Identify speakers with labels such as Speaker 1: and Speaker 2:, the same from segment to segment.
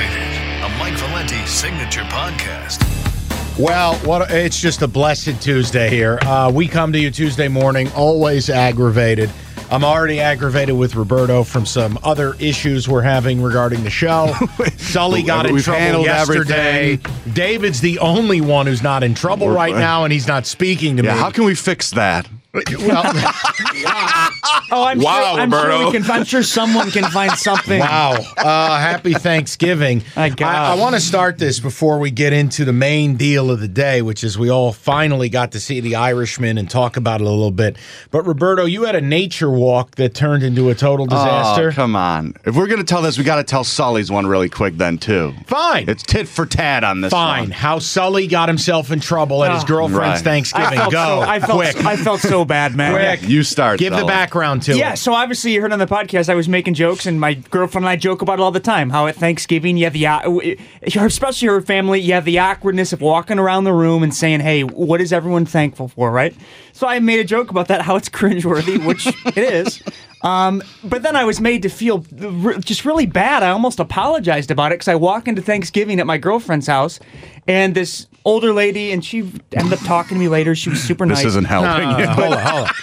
Speaker 1: the Mike Valenti Signature Podcast.
Speaker 2: Well, what a, it's just a blessed Tuesday here. Uh, we come to you Tuesday morning, always aggravated. I'm already aggravated with Roberto from some other issues we're having regarding the show. Sully got in
Speaker 3: We've
Speaker 2: trouble
Speaker 3: handled
Speaker 2: yesterday.
Speaker 3: everything.
Speaker 2: David's the only one who's not in trouble
Speaker 3: We're-
Speaker 2: right now, and he's not speaking to
Speaker 3: Yeah,
Speaker 2: me.
Speaker 3: how can we fix that?
Speaker 2: well,
Speaker 4: Oh, I'm
Speaker 3: Wow,
Speaker 4: sure. I'm sure,
Speaker 3: Roberto.
Speaker 4: we can, I'm sure someone can find something.
Speaker 2: Wow. Uh, happy Thanksgiving.
Speaker 4: My God.
Speaker 2: I, want to start this before we get into the main deal of the day, which is we all finally got to see the Irishman and talk about it a little bit. But Roberto, you had a nature walk that turned into a total disaster.
Speaker 3: Oh, come on. If we're going to tell this, we got to tell Sully's one really quick then, too.
Speaker 2: Fine.
Speaker 3: It's tit for tat on this
Speaker 2: Fine.
Speaker 3: one.
Speaker 2: How Sully got himself in trouble at his
Speaker 4: Ah.
Speaker 2: girlfriend's
Speaker 3: Right.
Speaker 2: Thanksgiving.
Speaker 4: I felt
Speaker 2: Go.
Speaker 4: So, I felt.
Speaker 2: quick.
Speaker 4: I felt so bad, man.
Speaker 2: Quick.
Speaker 3: You start.
Speaker 2: Give the
Speaker 3: Sully.
Speaker 2: background to
Speaker 4: Yeah,
Speaker 2: it.
Speaker 4: so obviously you heard on the podcast I was making jokes, and my girlfriend and I joke about it all the time. How at Thanksgiving, you have the, uh, especially her family, you have the awkwardness of walking around the room and saying, "Hey, what is everyone thankful for?" Right? So I made a joke about that, how it's cringeworthy, which it is. Um, but then I was made to feel r- just really bad. I almost apologized about it because I walk into Thanksgiving at my girlfriend's house, and this older lady, and she ended up talking to me later. She was super
Speaker 3: This
Speaker 4: nice.
Speaker 3: isn't helping.
Speaker 2: Uh, hold on, hold on.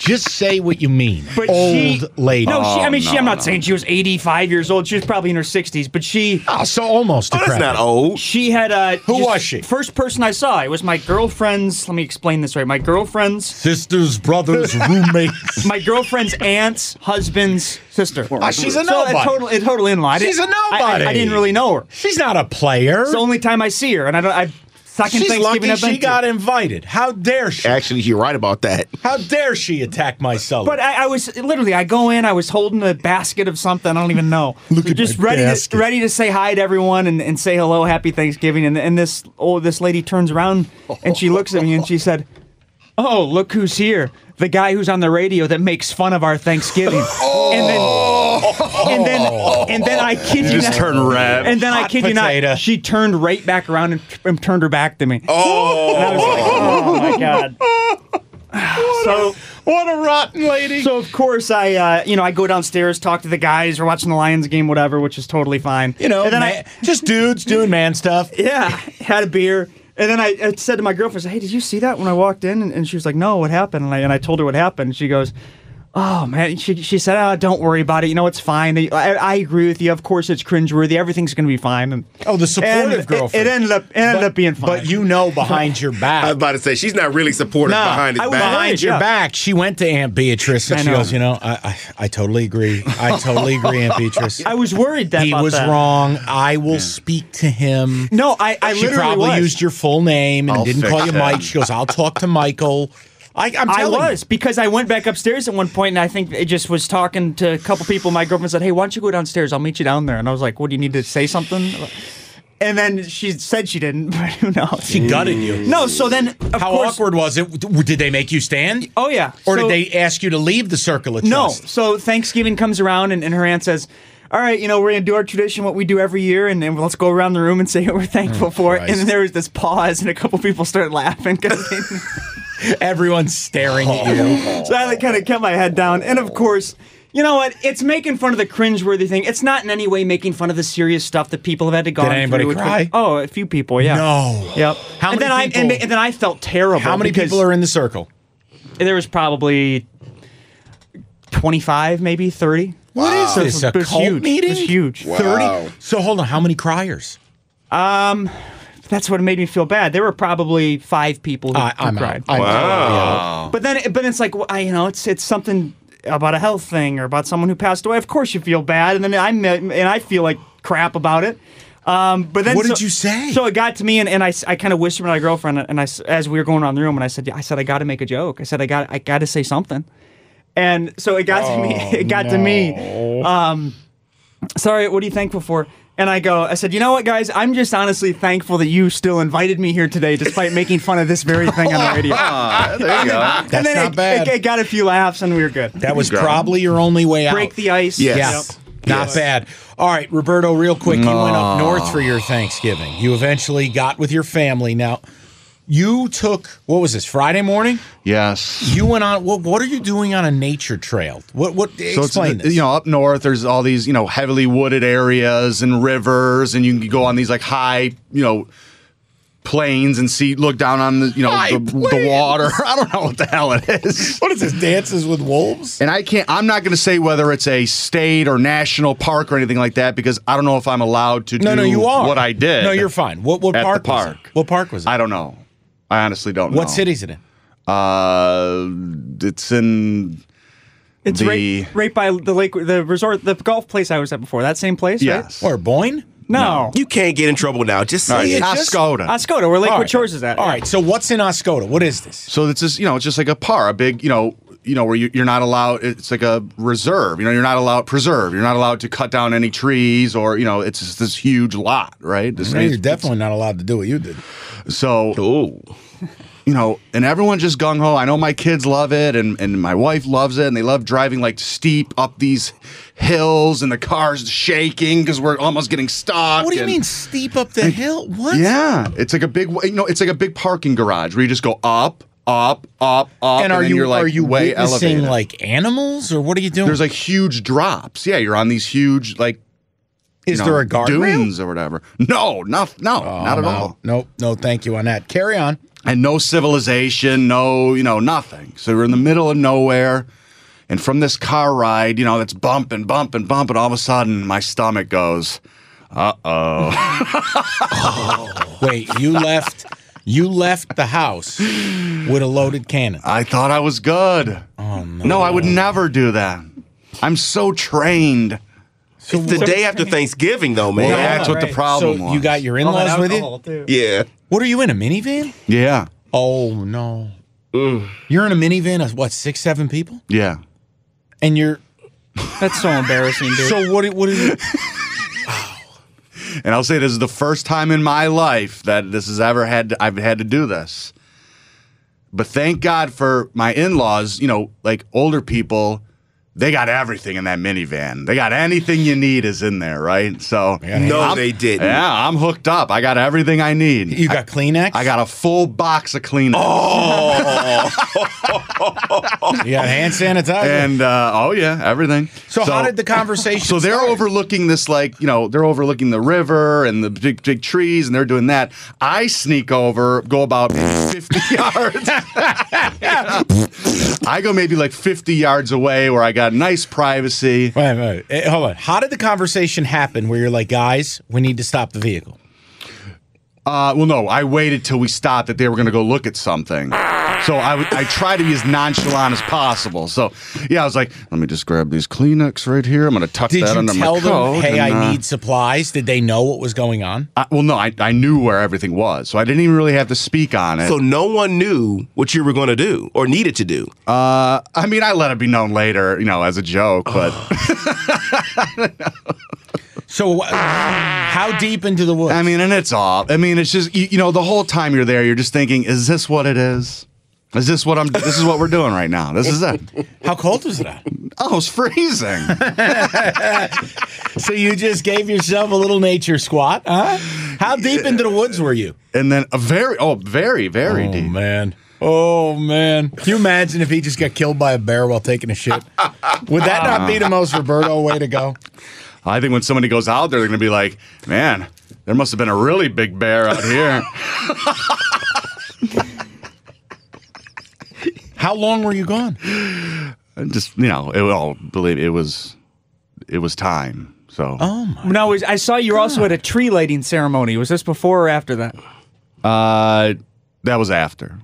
Speaker 2: Just say what you mean.
Speaker 4: But
Speaker 2: Old
Speaker 4: she,
Speaker 2: lady.
Speaker 4: No, she, I mean,
Speaker 3: Oh, no,
Speaker 4: she, I'm not
Speaker 3: no.
Speaker 4: saying she was 85 years old. She was probably in her 60s, but she
Speaker 2: Ah, so
Speaker 5: Oh,
Speaker 2: almost.
Speaker 3: Oh, That's
Speaker 2: decrepit.
Speaker 3: not old.
Speaker 4: she had a.
Speaker 2: Who was she?
Speaker 4: First person I saw. It was my girlfriend's. Let me explain this right. My girlfriend's,
Speaker 2: Sisters, brothers, roommates.
Speaker 4: my girlfriend's aunt's husband's sister.
Speaker 2: Ah, she's a
Speaker 4: So
Speaker 2: nobody.
Speaker 4: it totally, it totally in line. I
Speaker 2: She's
Speaker 4: didn't-
Speaker 2: a
Speaker 4: I-
Speaker 2: nobody.
Speaker 4: I, I didn't really know her.
Speaker 2: She's not a player.
Speaker 4: It's the only time I see her, and I don't. I second
Speaker 2: She's
Speaker 4: Thanksgiving
Speaker 2: lucky
Speaker 4: I've been
Speaker 2: she
Speaker 4: to.
Speaker 2: got invited. How dare she?
Speaker 5: Actually, you're right about that.
Speaker 2: How dare she attack my son?
Speaker 4: But I, I was literally, I go in, I was holding a basket of something, I don't even know. Look
Speaker 2: at
Speaker 4: just
Speaker 2: my
Speaker 4: ready
Speaker 2: basket.
Speaker 4: to ready to say hi to everyone and, and say hello, happy Thanksgiving. And and this oh this lady turns around and she looks at me and she said, Oh, look who's here. The guy who's on the radio that makes fun of our Thanksgiving.
Speaker 2: Oh.
Speaker 4: And then and then and then I kid you,
Speaker 3: You just
Speaker 4: not-
Speaker 3: turn red.
Speaker 4: And then I
Speaker 2: Hot
Speaker 4: kid you
Speaker 2: potato.
Speaker 4: not, she turned right back around and, and turned her back to me.
Speaker 3: Oh.
Speaker 4: And I was like, oh my god. so
Speaker 2: what a rotten lady.
Speaker 4: so of course I, uh, you know, I go downstairs, talk to the guys. We're watching the Lions game, whatever, which is totally fine.
Speaker 2: you know,
Speaker 4: and then
Speaker 2: man- just dudes doing man stuff.
Speaker 4: I, yeah, had a beer, and then I, I said to my girlfriend, I said, "Hey, did you see that when I walked in?" And, and she was like, "No, what happened?" And I, and I told her what happened. She goes. Oh man, she, she said, "Oh, don't worry about it. You know it's fine. I, I agree with you. Of course, it's cringeworthy. Everything's going to be fine." And,
Speaker 2: Oh, the supportive
Speaker 4: and it-
Speaker 2: girlfriend.
Speaker 4: It, ended up it ended up being fine.
Speaker 2: But you know behind your back.
Speaker 5: I was about to say she's not really supportive
Speaker 2: No,
Speaker 5: behind his
Speaker 4: I was
Speaker 5: back.
Speaker 2: Uh, behind your
Speaker 4: yeah.
Speaker 2: back, she went to Aunt Beatrice and
Speaker 4: I
Speaker 2: she
Speaker 4: know.
Speaker 2: goes, you know, I, I, I totally agree. I totally agree, Aunt Beatrice.
Speaker 4: I was worried that
Speaker 2: he
Speaker 4: about
Speaker 2: was
Speaker 4: that.
Speaker 2: wrong. I will speak to him.
Speaker 4: No, I I
Speaker 2: she
Speaker 4: literally
Speaker 2: probably
Speaker 4: was.
Speaker 2: used your full name and
Speaker 3: I'll
Speaker 2: didn't
Speaker 3: fix
Speaker 2: call you
Speaker 3: it.
Speaker 2: Mike. She goes, I'll talk to Michael. I, I'm telling
Speaker 4: I
Speaker 2: you.
Speaker 4: was because I went back upstairs at one point, and I think it just was talking to a couple people. My girlfriend said, "Hey, why don't you go downstairs? I'll meet you down there." And I was like, "What do you need to say something?" And then she said she didn't, but who knows?
Speaker 2: She gutted you.
Speaker 4: no. So then, of
Speaker 2: How
Speaker 4: course,
Speaker 2: awkward was it? W- Did they make you stand?
Speaker 4: Oh yeah.
Speaker 2: Or
Speaker 4: So-
Speaker 2: did they ask you to leave the circle of
Speaker 4: No.
Speaker 2: trust?
Speaker 4: So Thanksgiving comes around, and, and her aunt says, "All right, you know, we're gonna do our tradition, what we do every year, and, and let's go around the room and say what we're thankful for." And
Speaker 2: Mm, Christ.
Speaker 4: then there was this pause, and a couple people started laughing because.
Speaker 2: Everyone's staring at you.
Speaker 4: So I kind of kept my head down. And of course, you know what? It's making fun of the cringeworthy thing. It's not in any way making fun of the serious stuff that people have had to go
Speaker 2: Did anybody cry?
Speaker 4: oh, a few people, yeah.
Speaker 2: No.
Speaker 4: Yep.
Speaker 2: How many
Speaker 4: and then I and,
Speaker 2: people-
Speaker 4: and then I felt terrible.
Speaker 2: How many
Speaker 4: because
Speaker 2: people are in the circle?
Speaker 4: there was probably 25, maybe 30.
Speaker 2: What is
Speaker 4: So
Speaker 2: this?
Speaker 4: it
Speaker 2: A
Speaker 4: was
Speaker 2: cult
Speaker 4: huge.
Speaker 2: meeting?
Speaker 4: It was huge.
Speaker 5: Wow.
Speaker 2: 30? So hold on. How many criers?
Speaker 4: That's what made me feel bad. There were probably five people who,
Speaker 2: I,
Speaker 4: who
Speaker 2: I'm
Speaker 4: cried.
Speaker 2: out. I'm
Speaker 5: Oh.
Speaker 3: Wow.
Speaker 4: But then, but it's like well, I, you know, it's it's something about a health thing or about someone who passed away. Of course, you feel bad, and then I me- and I feel like crap about it. Um, but then,
Speaker 2: What
Speaker 4: so-
Speaker 2: did you say?
Speaker 4: So it got to me, and, and I, s- I kind of whispered to my girlfriend, and I s- as we were going around the room, and I said, yeah, I said I got to make a joke. I said I got I got to say something, and so it got to me. It got to
Speaker 2: Oh,
Speaker 4: me. Um, sorry, what are you thankful for? And I go, I said, you know what, guys? I'm just honestly thankful that you still invited me here today, despite making fun of this very thing on the radio
Speaker 3: Ah, there you go.
Speaker 2: That's
Speaker 4: and then
Speaker 2: not
Speaker 4: it,
Speaker 2: bad.
Speaker 4: It, it got a few laughs and we were good.
Speaker 2: that was
Speaker 3: Grab 'em.
Speaker 2: probably your only way out.
Speaker 4: Break the ice.
Speaker 5: Yes.
Speaker 2: Yeah.
Speaker 4: Yep.
Speaker 2: Not bad. All right, Roberto, real quick, you went up north for your Thanksgiving. You eventually got with your family. Now, you took what was this Friday morning?
Speaker 3: Yes.
Speaker 2: You went on. What, what are you doing on a nature trail? What? What? explain
Speaker 3: it's,
Speaker 2: this.
Speaker 3: You know, up north, there's all these, you know, heavily wooded areas and rivers, and you can go on these like high, you know, plains and see, look down on the, you know,
Speaker 2: High
Speaker 3: the, the water. I don't know what the hell it is.
Speaker 2: what is this? Dances with wolves?
Speaker 3: And I can't, I'm not going to say whether it's a state or national park or anything like that because I don't know if I'm allowed to
Speaker 2: No,
Speaker 3: do
Speaker 2: no, you are.
Speaker 3: what I did.
Speaker 2: No, you're fine. What? What
Speaker 3: At the
Speaker 2: park? was it?
Speaker 3: park.
Speaker 2: What park was it?
Speaker 3: I don't know. I honestly don't know.
Speaker 2: what city is it in?
Speaker 3: Uh, it's in
Speaker 4: It's
Speaker 3: The-
Speaker 4: right, right by the lake, the resort, the golf place I was at before. That same place, right?
Speaker 3: yes.
Speaker 2: Or Boyne?
Speaker 4: No,
Speaker 5: You can't get in trouble now. Just
Speaker 3: All right,
Speaker 5: say it.
Speaker 3: Oscoda.
Speaker 4: Oscoda, where Lakewood
Speaker 2: All right.
Speaker 4: Shores is at.
Speaker 2: All
Speaker 4: yeah.
Speaker 2: right. So what's in Oscoda? What is this?
Speaker 3: So it's just you know it's just like a par, a big you know you know where you, you're not allowed. It's like a reserve. You know you're not allowed preserve. You're not allowed to cut down any trees or you know it's just this huge lot, right? This
Speaker 2: you're definitely not allowed to do what you did.
Speaker 3: so
Speaker 5: Ooh.
Speaker 3: you know, and everyone just gung ho. I know my kids love it, and and my wife loves it, and they love driving like steep up these hills, and the cars shaking because we're almost getting stuck.
Speaker 2: What do you
Speaker 3: and-
Speaker 2: mean steep up the hill? What?
Speaker 3: Yeah, it's like a big, you know, it's like a big parking garage where you just go up, up, up, up,
Speaker 2: And are
Speaker 3: then
Speaker 2: you
Speaker 3: you're, like
Speaker 2: are you
Speaker 3: way
Speaker 2: witnessing
Speaker 3: elevated.
Speaker 2: like animals or what are you doing?
Speaker 3: There's like huge drops. Yeah, you're on these huge like you
Speaker 2: is
Speaker 3: know,
Speaker 2: there a guardrail?
Speaker 3: dunes or whatever? No, no, no, not at all.
Speaker 2: Nope. No, thank you on that. Carry on.
Speaker 3: And no civilization, no, you know, nothing. So we're in the middle of nowhere. And from this car ride, you know, that's bumping, bumping, bumping, all of a sudden my stomach goes,
Speaker 2: Wait, you left you left the house with a loaded cannon.
Speaker 3: I thought I was good. Oh, no. No, I would never do that. I'm so trained.
Speaker 2: So
Speaker 5: The
Speaker 2: what-
Speaker 5: day after Thanksgiving, though, man.
Speaker 2: Well,
Speaker 3: that's what the
Speaker 4: right.
Speaker 3: problem
Speaker 2: so
Speaker 3: was.
Speaker 2: you got your
Speaker 4: All Oh, that
Speaker 2: in-laws with
Speaker 4: alcohol,
Speaker 2: you?
Speaker 4: too.
Speaker 5: Yeah.
Speaker 2: What are you in a minivan?
Speaker 3: Yeah.
Speaker 2: Oh no. You're in a minivan of what, six, seven people?
Speaker 3: Yeah.
Speaker 2: And you're
Speaker 4: That's so embarrassing, dude.
Speaker 2: so what what is it?
Speaker 3: And I'll say this is the first time in my life that this has ever had I've had to do this. But thank God for my in-laws, you know, like older people, they got everything in that minivan. They got anything you need is in there, right? So
Speaker 5: No,
Speaker 3: I'm-
Speaker 5: they didn't.
Speaker 3: Yeah, I'm hooked up. I got everything I need.
Speaker 2: You Oh. got Kleenex?
Speaker 3: I got a full box of Kleenex.
Speaker 2: you got hand sanitizer.
Speaker 3: And uh, oh yeah, everything.
Speaker 2: so, how did the conversation
Speaker 3: So they're
Speaker 2: start?
Speaker 3: overlooking this, like, you know, they're overlooking the river and the big, big trees, and they're doing that. I sneak over, go about 50 yards. I go maybe like 50 yards away where I got nice privacy.
Speaker 2: Wait, wait, wait. Eh, hold on. How did the conversation happen where you're like, guys, we need to stop the vehicle?
Speaker 3: Uh, well, no, I waited till we stopped that they were going to go look at something. So I would- I try to be as nonchalant as possible. So, yeah, I was like, let me just grab these Kleenex right here. I'm going to tuck
Speaker 2: Did
Speaker 3: that
Speaker 2: you
Speaker 3: under
Speaker 2: tell
Speaker 3: my
Speaker 2: them,
Speaker 3: coat.
Speaker 2: hey,
Speaker 3: and,
Speaker 2: I
Speaker 3: uh,
Speaker 2: need supplies? Did they know what was going on?
Speaker 3: I, well, no, I, I knew where everything was, so I didn't even really have to speak on it.
Speaker 5: So no one knew what you were going to do or needed to do.
Speaker 3: Uh, I mean, I let it be known later, you know, as a joke, but
Speaker 2: So, wh- how deep into the woods?
Speaker 3: I mean, and it's all. I mean, it's just you, you know, the whole time you're there, you're just thinking, is this what it is? Is this what I'm? This is what we're doing right now. This is it.
Speaker 2: how cold was it out?
Speaker 3: Oh, it's freezing.
Speaker 2: so, you just gave yourself a little nature squat, huh? How deep into the woods were you?
Speaker 3: And then a very, oh, very, very
Speaker 2: Oh,
Speaker 3: deep.
Speaker 2: man. Oh, man. Can you imagine if he just got killed by a bear while taking a shit? Would that not be the most Roberto way to go?
Speaker 3: I think when somebody goes out there, they're gonna be like, man, there must have been a really big bear out here.
Speaker 2: How long were you gone?
Speaker 3: And just you know, it, oh, believe it was, it was time. So
Speaker 2: Oh,
Speaker 4: no, it was- I saw you were also at a tree lighting ceremony. Was this before or after that?
Speaker 3: uh, that was after.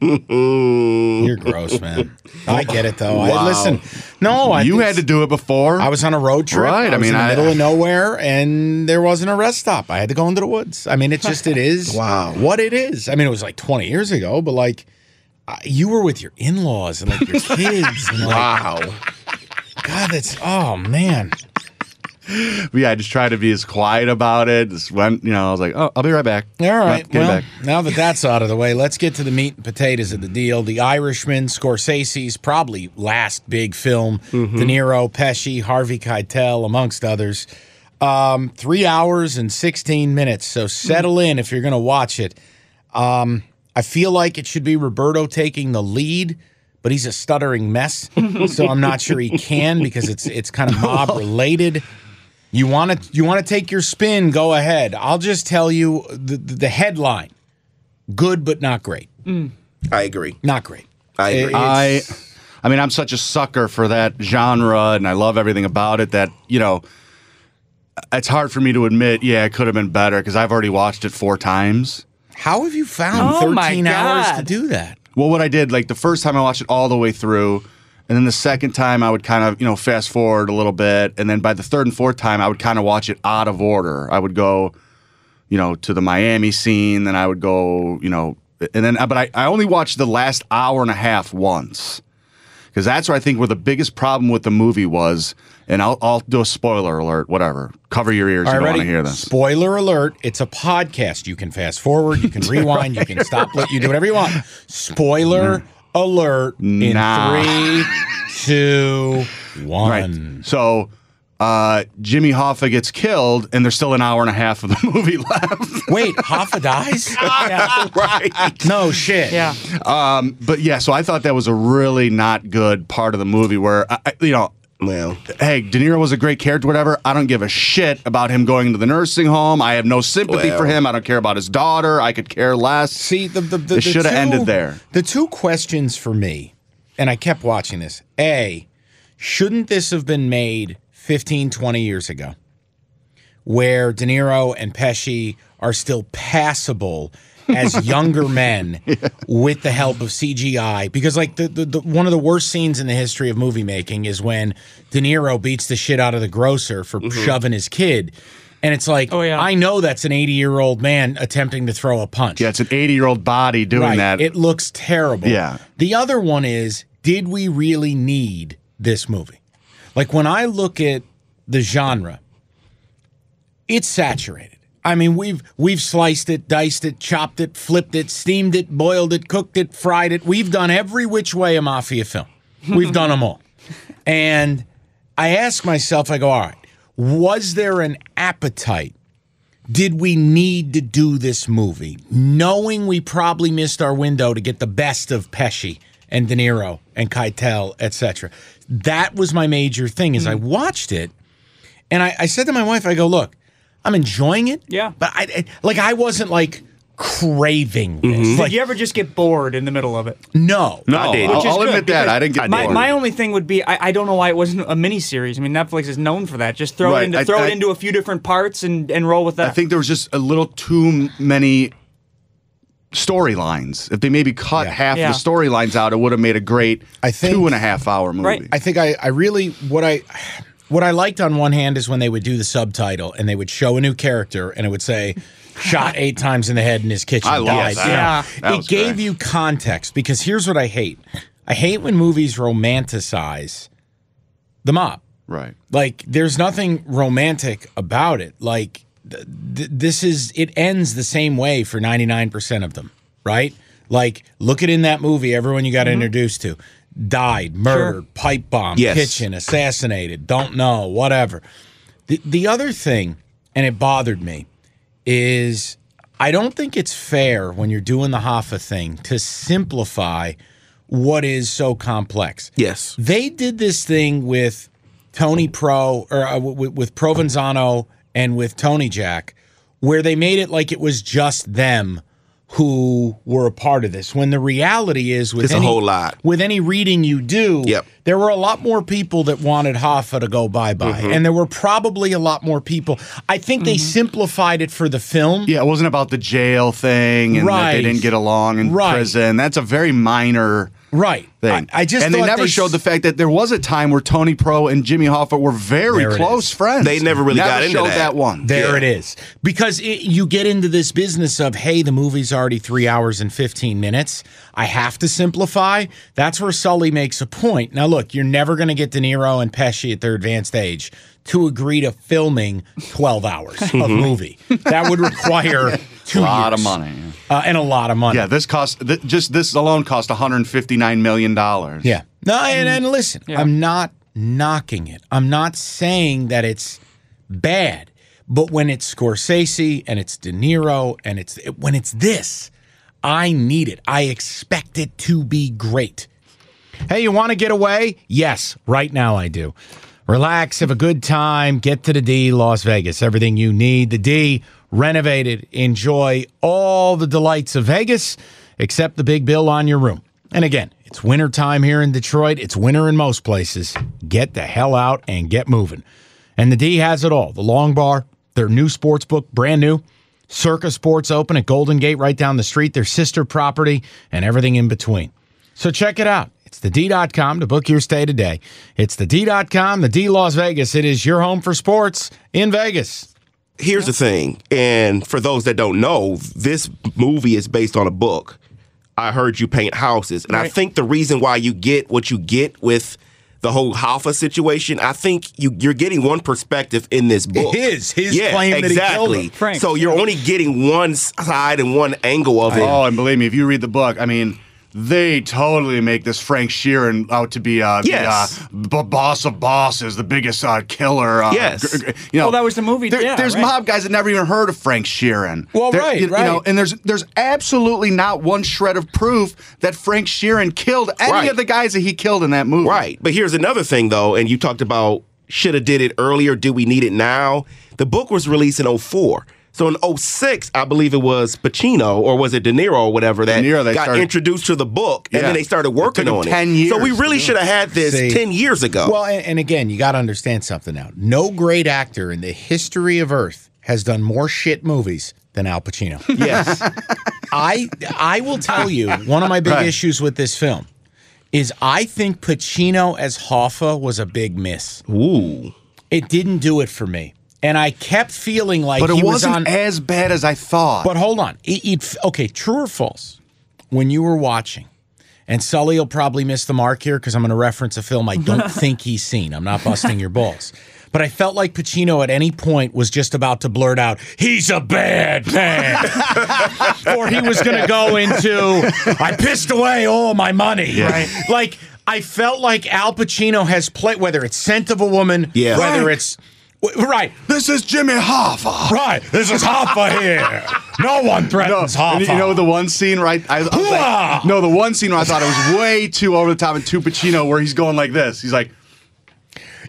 Speaker 2: You're gross, man. I get it though. I listen. No, I
Speaker 3: you
Speaker 2: think-
Speaker 3: had to do it before.
Speaker 2: I was on a road trip.
Speaker 3: Right,
Speaker 2: I
Speaker 3: I
Speaker 2: was
Speaker 3: mean,
Speaker 2: in the
Speaker 3: I-
Speaker 2: middle of nowhere, and there wasn't a rest stop. I had to go into the woods. I mean, it's just it is. wow, what it is. I mean, it was like 20 years ago, but like I- you were with your in-laws and like your kids. And, like,
Speaker 5: Wow.
Speaker 2: God, that's oh man.
Speaker 3: yeah, I just tried to be as quiet about it. Just went, you know, I was like, oh, I'll be right back.
Speaker 2: All right.
Speaker 3: Get
Speaker 2: well,
Speaker 3: back.
Speaker 2: now that that's out of the way, let's get to the meat and potatoes of the deal. The Irishman, Scorsese's probably last big film, De Niro, Pesci, Harvey Keitel, amongst others. Um, three hours and 16 minutes. So settle in if you're going to watch it. I feel like it should be Roberto taking the lead, but he's a stuttering mess, so I'm not sure he can because it's it's kind of mob related. You want to you want to take your spin? Go ahead. I'll just tell you the the, the headline: good but not great.
Speaker 5: I agree.
Speaker 2: Not great.
Speaker 5: I agree.
Speaker 3: I, I mean, I'm such a sucker for that genre, and I love everything about it. That you know, it's hard for me to admit. Yeah, it could have been better because I've already watched it four times.
Speaker 2: How have you found
Speaker 4: Oh my
Speaker 2: 13 hours to
Speaker 4: God.
Speaker 2: do that?
Speaker 3: Well, what I did, like the first time I watched it all the way through, and then the second time I would kind of, you know, fast forward a little bit, and then by the third and fourth time I would kind of watch it out of order. I would go, you know, to the Miami scene, then I would go, you know, and then but I, I only watched the last hour and a half once. Because that's where I think where the biggest problem with the movie was, and I'll, I'll do a spoiler alert, whatever. Cover your ears, you don't want to hear this.
Speaker 2: Spoiler alert, it's a podcast. You can fast forward, you can rewind, you can stop, li- you do whatever you want. Spoiler alert in
Speaker 3: Mm. Nah.
Speaker 2: three, two, one.
Speaker 3: Right. So uh, Jimmy Hoffa gets killed, and there's still an hour and a half of the movie left.
Speaker 2: Wait, Hoffa dies?
Speaker 3: right.
Speaker 2: No shit.
Speaker 4: Yeah.
Speaker 3: Um, But yeah, so I thought that was a really not good part of the movie where, I, I- you know,
Speaker 5: well,
Speaker 3: hey, De Niro was a great character, whatever. I don't give a shit about him going to the nursing home. I have no sympathy for
Speaker 5: Well.
Speaker 3: him. I don't care about his daughter. I could care less.
Speaker 2: See, the the, the,
Speaker 3: It
Speaker 2: the
Speaker 3: shoulda
Speaker 2: two-
Speaker 3: ended there.
Speaker 2: The two questions for me, and I kept watching this. A, shouldn't this have been made 15, 20 years ago? Where De Niro and Pesci are still passable as younger men with the help of CGI. Because like the, the, the one of the worst scenes in the history of movie making is when De Niro beats the shit out of the grocer for
Speaker 3: Mm-hmm.
Speaker 2: shoving his kid. And it's like,
Speaker 4: Oh, yeah.
Speaker 2: I know that's an 80 year old man attempting to throw a punch.
Speaker 3: yeah, it's an 80 year old body doing
Speaker 2: Right.
Speaker 3: that.
Speaker 2: It looks terrible.
Speaker 3: Yeah.
Speaker 2: The other one is did we really need this movie? Like when I look at the genre, it's saturated. I mean, we've we've sliced it, diced it, chopped it, flipped it, steamed it, boiled it, cooked it, fried it. We've done every which way a mafia film. We've done them all. And I ask myself, I go, all right, was there an appetite did we need to do this movie, knowing we probably missed our window to get the best of Pesci and De Niro and Keitel, etc.? That was my major thing. Is I
Speaker 4: Mm-hmm.
Speaker 2: watched it, and I, I said to my wife, "I go, look, I'm enjoying it.
Speaker 4: Yeah.
Speaker 2: but I I- like I wasn't like craving this.
Speaker 4: Mm-hmm. Did
Speaker 2: Like
Speaker 4: you ever just get bored in the middle of it?
Speaker 2: no,
Speaker 5: no,
Speaker 3: Oh,
Speaker 5: I did.
Speaker 3: I'll,
Speaker 4: Which is
Speaker 3: I'll
Speaker 4: good,
Speaker 3: admit that.
Speaker 4: because
Speaker 3: I didn't get
Speaker 4: my,
Speaker 3: bored.
Speaker 4: my only thing would be I, I don't know why it wasn't a miniseries. I mean, Netflix is known for that. Just throw
Speaker 3: Right,
Speaker 4: it into
Speaker 3: I-
Speaker 4: throw
Speaker 3: I-
Speaker 4: it into a few different parts and, and roll with that.
Speaker 3: I think there was just a little too m- many storylines. If they maybe cut half
Speaker 4: Yeah.
Speaker 3: the storylines out, it would have made a great
Speaker 2: I think-
Speaker 3: two and a half hour movie.
Speaker 4: Right.
Speaker 2: I think I, I really what I what I liked on one hand is when they would do the subtitle and they would show a new character and it would say shot eight times in the head in his kitchen
Speaker 3: I love
Speaker 2: died.
Speaker 3: that.
Speaker 2: You know,
Speaker 4: Yeah.
Speaker 3: That
Speaker 2: it
Speaker 3: was
Speaker 2: gave
Speaker 3: great.
Speaker 2: you context because here's what I hate. I hate when movies romanticize the mob.
Speaker 3: Right.
Speaker 2: Like there's nothing romantic about it. Like th- th- this is it ends the same way for 99% of them, right? Like look at in that movie everyone you got introduced to died, murdered, pipe bomb,
Speaker 5: Mm-hmm. Yes.
Speaker 2: kitchen, assassinated, don't know, whatever. The the other thing and it bothered me is I don't think it's fair when you're doing the Hoffa thing to simplify what is so complex
Speaker 5: Yes.
Speaker 2: they did this thing with Tony Pro or uh, with, with Provenzano and with Tony Jack, where they made it like it was just them who were a part of this. When the reality is, with
Speaker 5: It's a
Speaker 2: any-
Speaker 5: whole lot.
Speaker 2: With any reading you do,
Speaker 5: Yep.
Speaker 2: there were a lot more people that wanted Hoffa to go bye bye,
Speaker 3: Mm-hmm.
Speaker 2: and there were probably a lot more people. I think they simplified it for the film.
Speaker 3: Yeah, it wasn't about the jail thing and that
Speaker 2: Right.
Speaker 3: they didn't get along in
Speaker 2: Right.
Speaker 3: prison. That's a very minor
Speaker 2: Right.
Speaker 3: thing.
Speaker 2: I, I just
Speaker 3: and they
Speaker 2: thought
Speaker 3: never
Speaker 2: s-
Speaker 3: showed the fact that there was a time where Tony Pro and Jimmy Hoffa were very
Speaker 2: There it
Speaker 3: close
Speaker 2: is.
Speaker 3: friends.
Speaker 5: They never really got into
Speaker 3: showed
Speaker 5: that.
Speaker 3: one.
Speaker 2: There
Speaker 5: Yeah.
Speaker 2: it is. Because it, you get into this business of, hey, the movie's already three hours and 15 minutes. I have to simplify. That's where Sully makes a point. Now, look, you're never going to get De Niro and Pesci at their advanced age to agree to filming 12 hours of movie. That would require two
Speaker 3: a Mm-hmm. lot of
Speaker 2: years.
Speaker 3: money.
Speaker 2: Uh, and a lot of money.
Speaker 3: Yeah, this cost th- just this alone cost 159 million dollars.
Speaker 2: Yeah. No, and, and listen, I'm not knocking it. I'm not saying that it's bad, but when it's Scorsese and it's De Niro and it's when it's this, I need it. I expect it to be great. Hey, you want to get away? Yes, right now I do. Relax, have a good time, get to the D, Las Vegas. Everything you need. The D, renovated. Enjoy all the delights of Vegas except the big bill on your room. And again, it's winter time here in Detroit. It's winter in most places. Get the hell out and get moving. And the D has it all. The Long Bar, their new sports book, brand new. Circa Sports open at Golden Gate right down the street, their sister property, and everything in between. So check it out. It's the D.com to book your stay today. It's the D.com, the D Las Vegas. It is your home for sports in Vegas.
Speaker 5: Here's the thing, and for those that don't know, this movie is based on a book. I heard you paint houses, and I
Speaker 4: Right.
Speaker 5: think the reason why you get what you get with the whole Hoffa situation, I think you, you're getting one perspective in this book.
Speaker 2: His- his claim that he killed
Speaker 5: exactly.
Speaker 2: him.
Speaker 4: Frank.
Speaker 5: So you're only getting one side and one angle of it.
Speaker 3: Oh, and believe me, if you read the book, I mean, they totally make this Frank Sheeran out to be uh,
Speaker 5: Yes.
Speaker 3: the, uh, b- boss of bosses, the biggest uh, killer. Uh,
Speaker 5: Yes.
Speaker 3: you know,
Speaker 4: Well, that was the movie,
Speaker 3: There-
Speaker 4: yeah,
Speaker 3: there's
Speaker 4: right.
Speaker 3: mob guys that never even heard of Frank Sheeran.
Speaker 2: Well,
Speaker 3: There-
Speaker 2: right,
Speaker 3: you, you know,
Speaker 2: right.
Speaker 3: and there's there's absolutely not one shred of proof that Frank Sheeran killed any
Speaker 5: Right.
Speaker 3: of the guys that he killed in that movie.
Speaker 5: Right. But here's another thing though, and you talked about should have did it earlier, do we need it now? The book was released in 04. So in 06, I believe it was Pacino or was it De Niro or whatever that
Speaker 3: Niro, they
Speaker 5: got
Speaker 3: started-
Speaker 5: introduced to the book and
Speaker 3: Yeah.
Speaker 5: then they started
Speaker 3: It took
Speaker 5: working
Speaker 3: them
Speaker 5: on
Speaker 3: 10
Speaker 5: it.
Speaker 3: years
Speaker 5: so we
Speaker 3: to
Speaker 5: really
Speaker 3: do
Speaker 5: should have had this
Speaker 2: See.
Speaker 5: 10 years ago.
Speaker 2: Oh. Well, and, and again, you got to understand something now. No great actor in the history of Earth has done more shit movies than Al Pacino.
Speaker 5: yes.
Speaker 2: I I will tell you one of my big
Speaker 3: Right.
Speaker 2: issues with this film is I think Pacino as Hoffa was a big miss.
Speaker 5: Ooh.
Speaker 2: It didn't do it for me, and I kept feeling like
Speaker 3: But
Speaker 2: he
Speaker 3: it
Speaker 2: was
Speaker 3: wasn't
Speaker 2: on.
Speaker 3: as bad as I thought.
Speaker 2: but hold on, it, it, okay, true or false? When you were watching, and Sully will probably miss the mark here because I'm going to reference a film I don't think he's seen. I'm not busting your balls. But I felt like Pacino at any point was just about to blurt out, he's a bad man. or he was going to go into, I pissed away all my money. Right. Like, I felt like Al Pacino has played, whether it's Scent of a Woman,
Speaker 5: Yeah.
Speaker 2: whether
Speaker 5: Right.
Speaker 2: it's, w- right,
Speaker 3: this is Jimmy Hoffa.
Speaker 2: right, this is Hoffa here. No one threatens Hoffa.
Speaker 3: And you know the one scene right? I, I was
Speaker 2: Hoo-ah!
Speaker 3: like, no, the one scene where I thought it was way too over the top and too Pacino, where he's going like this. He's like,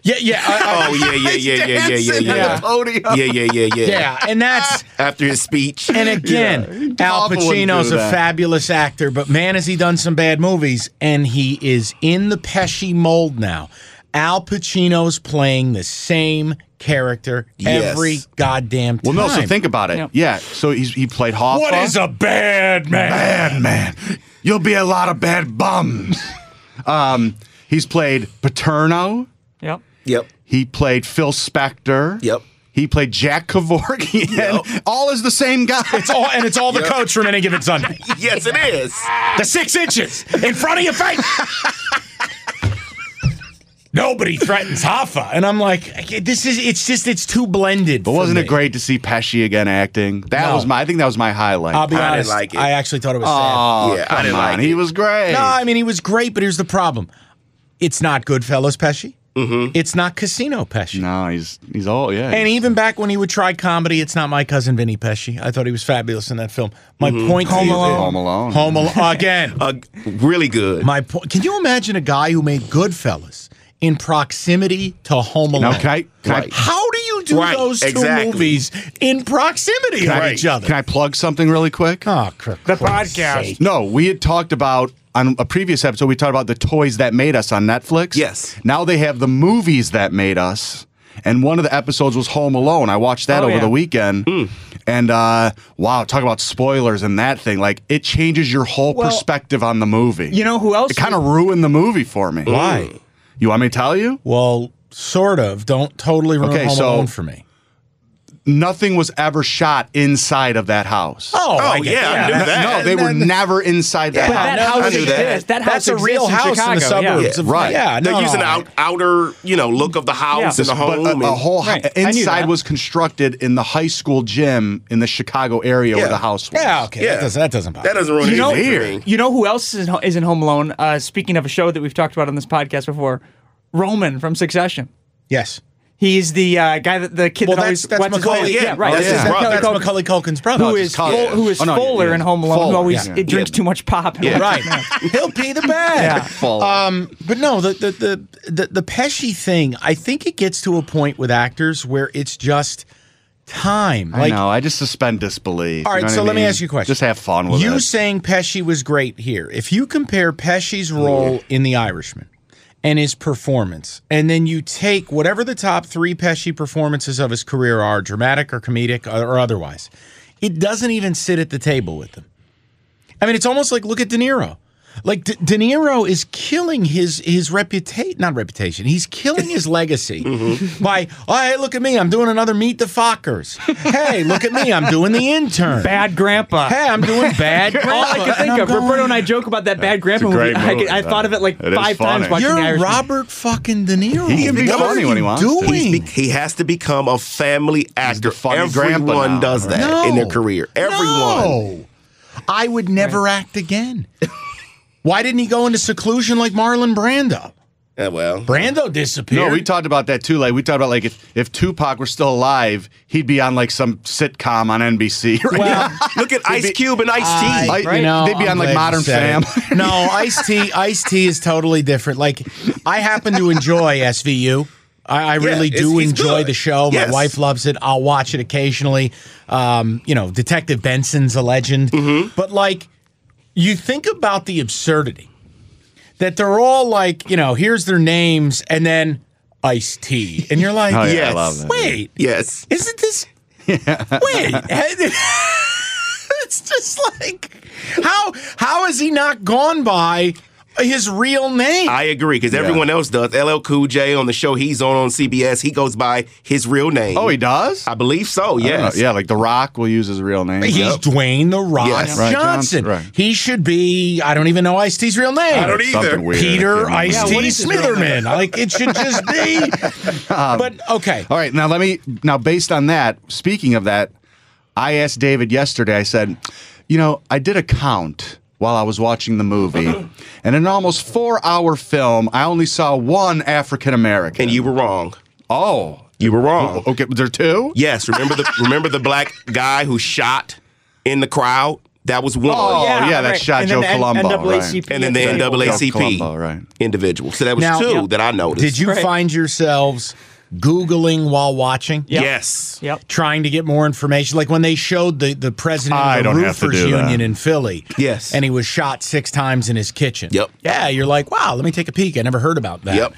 Speaker 2: yeah, yeah, I- I-
Speaker 5: Oh yeah, yeah, yeah, yeah, yeah, yeah,
Speaker 3: dancing
Speaker 5: yeah.
Speaker 3: on
Speaker 2: Yeah.
Speaker 3: the podium.
Speaker 5: Yeah, yeah, yeah, yeah.
Speaker 2: yeah, and that's.
Speaker 5: After his speech.
Speaker 2: And again, Al
Speaker 3: Hoffa wouldn't
Speaker 2: Pacino's
Speaker 3: do
Speaker 2: a
Speaker 3: that.
Speaker 2: fabulous actor, but man, has he done some bad movies, and he is in the Pesci mold now. Al Pacino's playing the same character
Speaker 5: Yes.
Speaker 2: every goddamn
Speaker 3: Well,
Speaker 2: time.
Speaker 3: no. So think about it.
Speaker 4: Yeah.
Speaker 3: Yeah. So he's, he played Hoffa.
Speaker 2: What is a bad man?
Speaker 3: bad man? You'll be a lot of bad bums. um, he's played Paterno.
Speaker 4: Yep.
Speaker 5: Yep.
Speaker 3: He played Phil Spector.
Speaker 5: Yep.
Speaker 3: He played Jack Kevorkian. All is the same guy.
Speaker 2: It's all, and it's all the coach from any given Sunday.
Speaker 5: Yes, it is.
Speaker 2: The six inches in front of your face. Nobody threatens Hoffa, and I'm like, this is. It's just. It's too blended.
Speaker 3: but
Speaker 2: for
Speaker 3: wasn't
Speaker 2: me.
Speaker 3: it great to see Pesci again acting? That
Speaker 2: No.
Speaker 3: was my. I think that was my highlight.
Speaker 2: I'll be
Speaker 5: I didn't
Speaker 2: honest.
Speaker 5: like it.
Speaker 2: I actually thought it was sad.
Speaker 3: Oh,
Speaker 5: Yeah, I
Speaker 3: come
Speaker 5: didn't
Speaker 3: on.
Speaker 5: like
Speaker 3: he
Speaker 5: it.
Speaker 3: was great.
Speaker 2: No, I mean he was great, but here's the problem: it's not Goodfellas Pesci. It's not Casino Pesci.
Speaker 3: Mm-hmm. No, he's he's old. Yeah.
Speaker 2: And even back when he would try comedy, it's not my cousin Vinny Pesci. I thought he was fabulous in that film. My point Home
Speaker 3: Alone. Mm-hmm. Home Alone.
Speaker 2: Home Alone again.
Speaker 5: Uh, really good.
Speaker 2: my point. Can you imagine a guy who made Goodfellas in proximity to Home Alone?
Speaker 3: now, can I, can,
Speaker 5: Right.
Speaker 3: I,
Speaker 2: How do you do
Speaker 5: Right,
Speaker 2: those two
Speaker 5: exactly.
Speaker 2: movies in proximity
Speaker 3: can,
Speaker 2: of
Speaker 3: I,
Speaker 2: each other?
Speaker 3: can I plug something really quick?
Speaker 2: oh, Kirk,
Speaker 4: The podcast.
Speaker 3: No, we had talked about on a previous episode. We talked about the toys that made us on Netflix.
Speaker 5: Yes.
Speaker 3: Now they have the movies that made us, and one of the episodes was Home Alone. I watched that
Speaker 4: Oh,
Speaker 3: over
Speaker 4: yeah.
Speaker 3: the weekend, and uh, wow, talk about spoilers and that thing. Like it changes your whole
Speaker 4: Well,
Speaker 3: perspective on the movie.
Speaker 4: You know who else?
Speaker 3: it kind of ruined the movie for me.
Speaker 2: Why?
Speaker 3: You want me to tell you?
Speaker 2: Well, sort of. Don't totally ruin
Speaker 3: Okay,
Speaker 2: Home
Speaker 3: so-
Speaker 2: Alone for me.
Speaker 3: Nothing was ever shot inside of that house.
Speaker 2: Oh,
Speaker 5: I get yeah, that. I knew
Speaker 3: No,
Speaker 5: that.
Speaker 3: Oh, they were never inside that
Speaker 4: But
Speaker 3: house.
Speaker 4: that
Speaker 2: no,
Speaker 4: house
Speaker 5: I knew that.
Speaker 4: exists. That house
Speaker 2: That's a real
Speaker 4: exists in
Speaker 2: house in the
Speaker 4: Chicago, yeah.
Speaker 2: suburbs. Of,
Speaker 3: Right.
Speaker 2: Yeah,
Speaker 5: They're
Speaker 2: no,
Speaker 5: using
Speaker 2: no.
Speaker 5: the out, outer, you know, look of the house
Speaker 4: Yeah.
Speaker 5: and the
Speaker 3: But
Speaker 5: home.
Speaker 3: a-
Speaker 5: and-
Speaker 3: a, whole
Speaker 4: Right.
Speaker 3: hou-
Speaker 4: I knew
Speaker 3: inside
Speaker 4: that.
Speaker 3: was constructed in the high school gym in the Chicago area where
Speaker 5: Yeah.
Speaker 3: the house was.
Speaker 2: Yeah, okay.
Speaker 5: Yeah.
Speaker 2: That, does, that doesn't bother
Speaker 5: That doesn't ruin
Speaker 4: You know-
Speaker 5: anything for me.
Speaker 4: You know who else is in, is in Home Alone? Uh, speaking of a show that we've talked about on this podcast before, Roman from Succession.
Speaker 2: me. Yes.
Speaker 4: He's the uh, guy that the kid
Speaker 2: Well,
Speaker 4: that
Speaker 2: that's
Speaker 4: always
Speaker 2: that's
Speaker 4: wets his
Speaker 2: Macaulay.
Speaker 4: pants.
Speaker 2: Yeah,
Speaker 4: Yeah, right.
Speaker 2: That's,
Speaker 3: yeah.
Speaker 2: his-
Speaker 5: Right.
Speaker 2: that's Macaulay
Speaker 4: Macaulay Culkin,
Speaker 2: Culkin's brother.
Speaker 4: who
Speaker 3: it's
Speaker 4: is
Speaker 3: Culkin.
Speaker 4: Fol- who is
Speaker 3: Oh, no, yeah,
Speaker 4: Fuller
Speaker 3: yeah.
Speaker 4: in Home Alone?
Speaker 3: Fuller,
Speaker 4: who always
Speaker 3: yeah.
Speaker 4: it drinks
Speaker 5: Yeah.
Speaker 4: too much pop.
Speaker 5: Yeah.
Speaker 2: right? He'll pee the bed.
Speaker 4: Yeah.
Speaker 3: Full.
Speaker 2: Um, but no, the the, the the the Pesci thing. I think it gets to a point with actors where it's just time.
Speaker 3: I know. I just suspend disbelief.
Speaker 2: All right,
Speaker 3: you know what
Speaker 2: so
Speaker 3: I
Speaker 2: let me
Speaker 3: mean?
Speaker 2: ask you a question.
Speaker 3: Just have fun with
Speaker 2: you
Speaker 3: it.
Speaker 2: saying Pesci was great here. If you compare Pesci's
Speaker 3: Oh,
Speaker 2: role in The Irishman and his performance, and then you take whatever the top three Pesci performances of his career are, dramatic or comedic or or otherwise, it doesn't even sit at the table with them. I mean, it's almost like look at De Niro. Like De, De Niro is killing his his reputation, not reputation. He's killing his legacy
Speaker 3: Mm-hmm.
Speaker 2: by, oh, hey, look at me, I'm doing another Meet the Fockers. hey, look at me, I'm doing the intern.
Speaker 4: Bad grandpa.
Speaker 2: Hey, I'm doing bad.
Speaker 4: All I
Speaker 2: grandpa,
Speaker 4: could
Speaker 2: and
Speaker 4: think
Speaker 2: I'm
Speaker 4: of.
Speaker 2: going,
Speaker 4: Roberto and I joke about that bad grandpa
Speaker 3: a
Speaker 4: movie.
Speaker 3: great
Speaker 4: I, could-
Speaker 3: movie,
Speaker 4: I thought of it like
Speaker 3: It is
Speaker 4: five times
Speaker 3: funny.
Speaker 4: watching
Speaker 2: You're
Speaker 4: the Irishman.
Speaker 2: Robert fucking De Niro.
Speaker 3: He can be
Speaker 2: What
Speaker 3: funny
Speaker 2: are
Speaker 3: when he
Speaker 2: you
Speaker 3: wants to.
Speaker 5: He's
Speaker 2: doing?
Speaker 5: be- he has to become a family actor.
Speaker 3: the funny
Speaker 5: Everyone
Speaker 3: grandpa now,
Speaker 5: does that
Speaker 2: No.
Speaker 5: in their career. Everyone.
Speaker 2: No. I would never act again. Why didn't he go into seclusion like Marlon Brando?
Speaker 5: Eh, well,
Speaker 2: Brando disappeared.
Speaker 3: No, we talked about that too. Like we talked about like if, if Tupac were still alive, he'd be on like some sitcom on NBC. Right?
Speaker 2: well,
Speaker 5: look at Ice Cube and Ice T.
Speaker 2: I,
Speaker 3: Like,
Speaker 2: you know,
Speaker 3: they'd be
Speaker 2: I'm
Speaker 3: on, like,
Speaker 2: glad you
Speaker 3: Modern
Speaker 2: said
Speaker 3: Fam.
Speaker 2: it. no, Ice T. Ice T is totally different. Like, I happen to enjoy SVU. I, I really
Speaker 5: it's-
Speaker 2: do
Speaker 5: he's
Speaker 2: enjoy
Speaker 5: good.
Speaker 2: the show.
Speaker 5: Yes.
Speaker 2: My wife loves it. I'll watch it occasionally. Um, you know, Detective Benson's a legend.
Speaker 3: Mm-hmm.
Speaker 2: But like, you think about the absurdity that they're all like, you know, here's their names and then Ice T, and you're like,
Speaker 3: Oh, yeah,
Speaker 5: Yes.
Speaker 3: I love that.
Speaker 2: wait,
Speaker 5: Yes.
Speaker 2: isn't this? Wait, it's just like how how has he not gone by his real name?
Speaker 5: I agree because everyone else does. LL Cool J on the show he's on on CBS, he goes by his real name.
Speaker 3: Oh, he does.
Speaker 5: I believe so.
Speaker 3: I don't know.
Speaker 5: Yes.
Speaker 3: Yeah, like The Rock will use his real name.
Speaker 2: He's
Speaker 3: Yep.
Speaker 2: Dwayne the Rock
Speaker 5: Yes.
Speaker 3: Right,
Speaker 2: Johnson.
Speaker 3: Johnson, right.
Speaker 2: He should be. I don't even know Ice T's real name.
Speaker 5: I don't either.
Speaker 3: Something weird.
Speaker 2: Peter Ice
Speaker 4: Yeah,
Speaker 2: T
Speaker 4: what is his real
Speaker 2: Smitherman. Like it should just be. but okay.
Speaker 3: All right, now let me now based on that, speaking of that, I asked David yesterday, I said, you know, I did a count while I was watching the movie, and in an almost four hour film, I only saw one African American.
Speaker 5: And you were wrong.
Speaker 3: Oh.
Speaker 5: You were wrong.
Speaker 3: Okay, there are two?
Speaker 5: Yes. Remember the remember the black guy who shot in the crowd? That was one.
Speaker 3: Oh, yeah, that shot
Speaker 4: And then
Speaker 3: Joe
Speaker 4: the N-
Speaker 3: Colombo, right.
Speaker 4: NAACP
Speaker 5: And then the
Speaker 4: at table.
Speaker 5: NAACP
Speaker 3: Colombo, right.
Speaker 5: individual. So that was
Speaker 2: Now-
Speaker 5: two that I noticed.
Speaker 2: Did you
Speaker 4: Right.
Speaker 2: find yourselves googling while watching?
Speaker 4: Yep.
Speaker 5: Yes.
Speaker 4: Yep.
Speaker 2: trying to get more information. Like when they showed the, the president
Speaker 3: I
Speaker 2: of the
Speaker 3: don't have to
Speaker 2: roofers
Speaker 3: do that.
Speaker 2: union in Philly.
Speaker 5: Yes.
Speaker 2: And he was shot six times in his kitchen.
Speaker 5: Yep.
Speaker 2: Yeah, you're like, wow, let me take a peek. I never heard about that.
Speaker 5: Yep.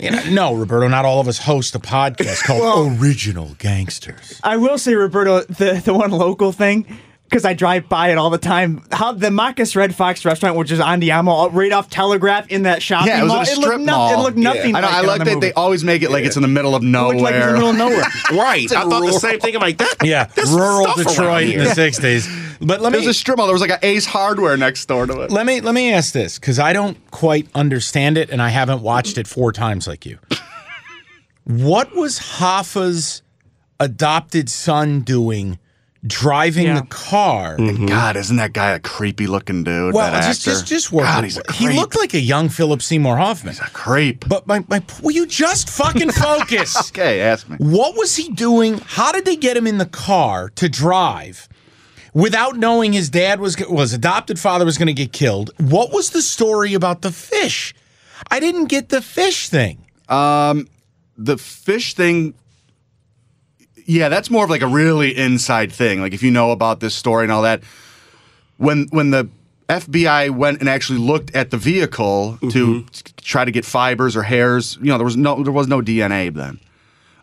Speaker 2: You know, no, Roberto, not all of us host a podcast called Original Gangsters.
Speaker 4: I will say, Roberto, the, the one local thing, because I drive by it all the time. How the Marcus Red Fox restaurant, which is on Diamo, right off Telegraph in that shopping
Speaker 3: Yeah, it was
Speaker 4: mall,
Speaker 3: in a strip
Speaker 4: it looked, no-
Speaker 3: mall.
Speaker 4: it looked nothing.
Speaker 3: I know.
Speaker 4: like
Speaker 3: I
Speaker 4: it
Speaker 3: like
Speaker 4: on the
Speaker 3: that
Speaker 4: movie.
Speaker 3: they always make it like it's in the middle of
Speaker 4: It
Speaker 3: nowhere.
Speaker 4: looked like it was in the middle of nowhere.
Speaker 5: Right. I thought the same thing. I'm like, that.
Speaker 2: Yeah,
Speaker 5: there's
Speaker 2: rural
Speaker 5: stuff around
Speaker 2: Detroit in
Speaker 5: here.
Speaker 2: the 60s. But let
Speaker 3: It
Speaker 2: me
Speaker 3: was a strip mall. There was like an Ace Hardware next door to it.
Speaker 2: let me let me ask this because I don't quite understand it, and I haven't watched it four times like you. what was Hoffa's adopted son doing, driving
Speaker 4: Yeah.
Speaker 2: the car?
Speaker 4: Mm-hmm.
Speaker 3: God, isn't that guy a creepy looking dude?
Speaker 2: Well,
Speaker 3: Hmm. that
Speaker 2: just just
Speaker 3: actor?
Speaker 2: just work.
Speaker 3: God,
Speaker 2: with-
Speaker 3: he's a
Speaker 2: he
Speaker 3: creep.
Speaker 2: looked like a young Philip Seymour Hoffman.
Speaker 3: a creep.
Speaker 2: But my my, will you just fucking focus?
Speaker 3: Okay, ask me.
Speaker 2: What was he doing? How did they get him in the car to drive without knowing his dad was well, his adopted father was going to get killed? What was the story about the fish? I didn't get the fish thing.
Speaker 3: the fish thing yeah that's more of like a really inside thing like if you know about this story and all that when when the FBI went and actually looked at the vehicle to try to get fibers or hairs you know there was no there was no DNA then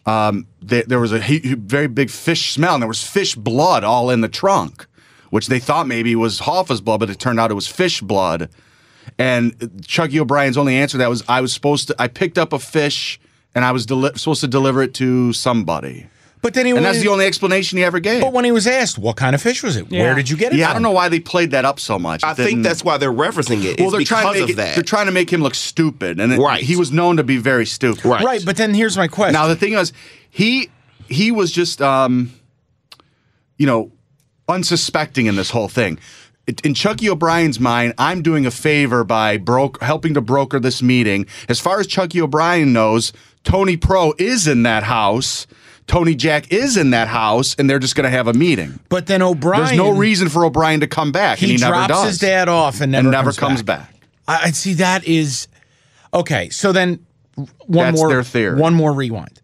Speaker 3: um, there, there was a he, very big fish smell and there was fish blood all in the trunk which they thought maybe was Hoffa's blood but it turned out it was fish blood and Chucky O'Brien's only answer to that was I was supposed to I picked up a fish and I was deli- supposed to deliver it to somebody.
Speaker 2: But then he
Speaker 3: And
Speaker 2: was,
Speaker 3: that's the only explanation he ever gave.
Speaker 2: But when he was asked, "What kind of fish was it?
Speaker 4: Yeah.
Speaker 2: Where did you get it?"
Speaker 3: yeah, I
Speaker 2: from?"
Speaker 3: don't know why they played that up so much.
Speaker 5: I
Speaker 3: It didn't-
Speaker 5: think that's why they're referencing it.
Speaker 3: well,
Speaker 5: It's
Speaker 3: they're trying to
Speaker 5: because
Speaker 3: make
Speaker 5: of
Speaker 3: it,
Speaker 5: that.
Speaker 3: they're trying to make him look stupid, and it-
Speaker 5: Right.
Speaker 3: he was known to be very stupid.
Speaker 5: Right.
Speaker 2: Right, but then here's my question.
Speaker 3: Now the thing is, he he was just um, you know, unsuspecting in this whole thing. It- In Chucky O'Brien's mind, I'm doing a favor by broke helping to broker this meeting. As far as Chucky O'Brien knows, Tony Pro is in that house. Tony Jack is in that house, and they're just going to have a meeting.
Speaker 2: But then O'Brien.
Speaker 3: There's no reason for O'Brien to come back,
Speaker 2: He,
Speaker 3: and he
Speaker 2: drops
Speaker 3: never does.
Speaker 2: his dad off and never
Speaker 3: and never
Speaker 2: comes,
Speaker 3: comes
Speaker 2: back.
Speaker 3: back.
Speaker 2: I, I see. That is okay. So then, one
Speaker 3: That's
Speaker 2: more
Speaker 3: their theory.
Speaker 2: One more rewind.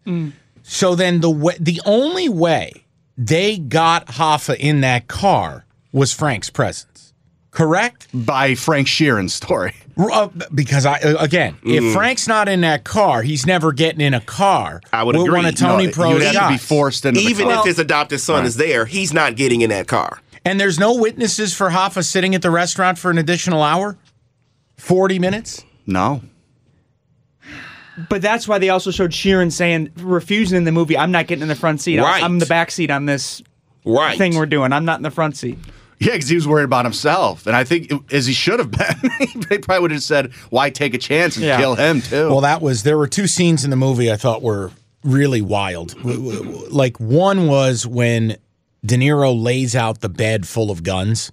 Speaker 2: So then the way, the only way they got Hoffa in that car was Frank's presence, correct?
Speaker 3: By Frank Sheeran's story,
Speaker 2: R- uh, because I uh, again,
Speaker 3: Mm.
Speaker 2: if Frank's not in that car, he's never getting in a car.
Speaker 5: I would
Speaker 2: with
Speaker 5: agree.
Speaker 2: One of Tony
Speaker 3: No,
Speaker 2: Pro's
Speaker 3: you'd have to be
Speaker 2: shots.
Speaker 3: forced into the
Speaker 5: Even
Speaker 3: car.
Speaker 5: if his adopted son is there, he's not getting in that car.
Speaker 2: And there's no witnesses for Hoffa sitting at the restaurant for an additional hour, forty minutes.
Speaker 3: no,
Speaker 4: But that's why they also showed Sheeran saying, refusing in the movie, I'm not getting in the front seat. I-
Speaker 5: Right.
Speaker 4: I'm the back seat on this
Speaker 5: Right.
Speaker 4: thing we're doing. I'm not in the front seat.
Speaker 3: Yeah, because he was worried about himself, and I think it- as he should have been, they probably would have said, "Why take a chance and
Speaker 4: Yeah.
Speaker 3: kill him too?"
Speaker 2: Well, that was there were two scenes in the movie I thought were really wild. W- w- w- Like one was when De Niro lays out the bed full of guns.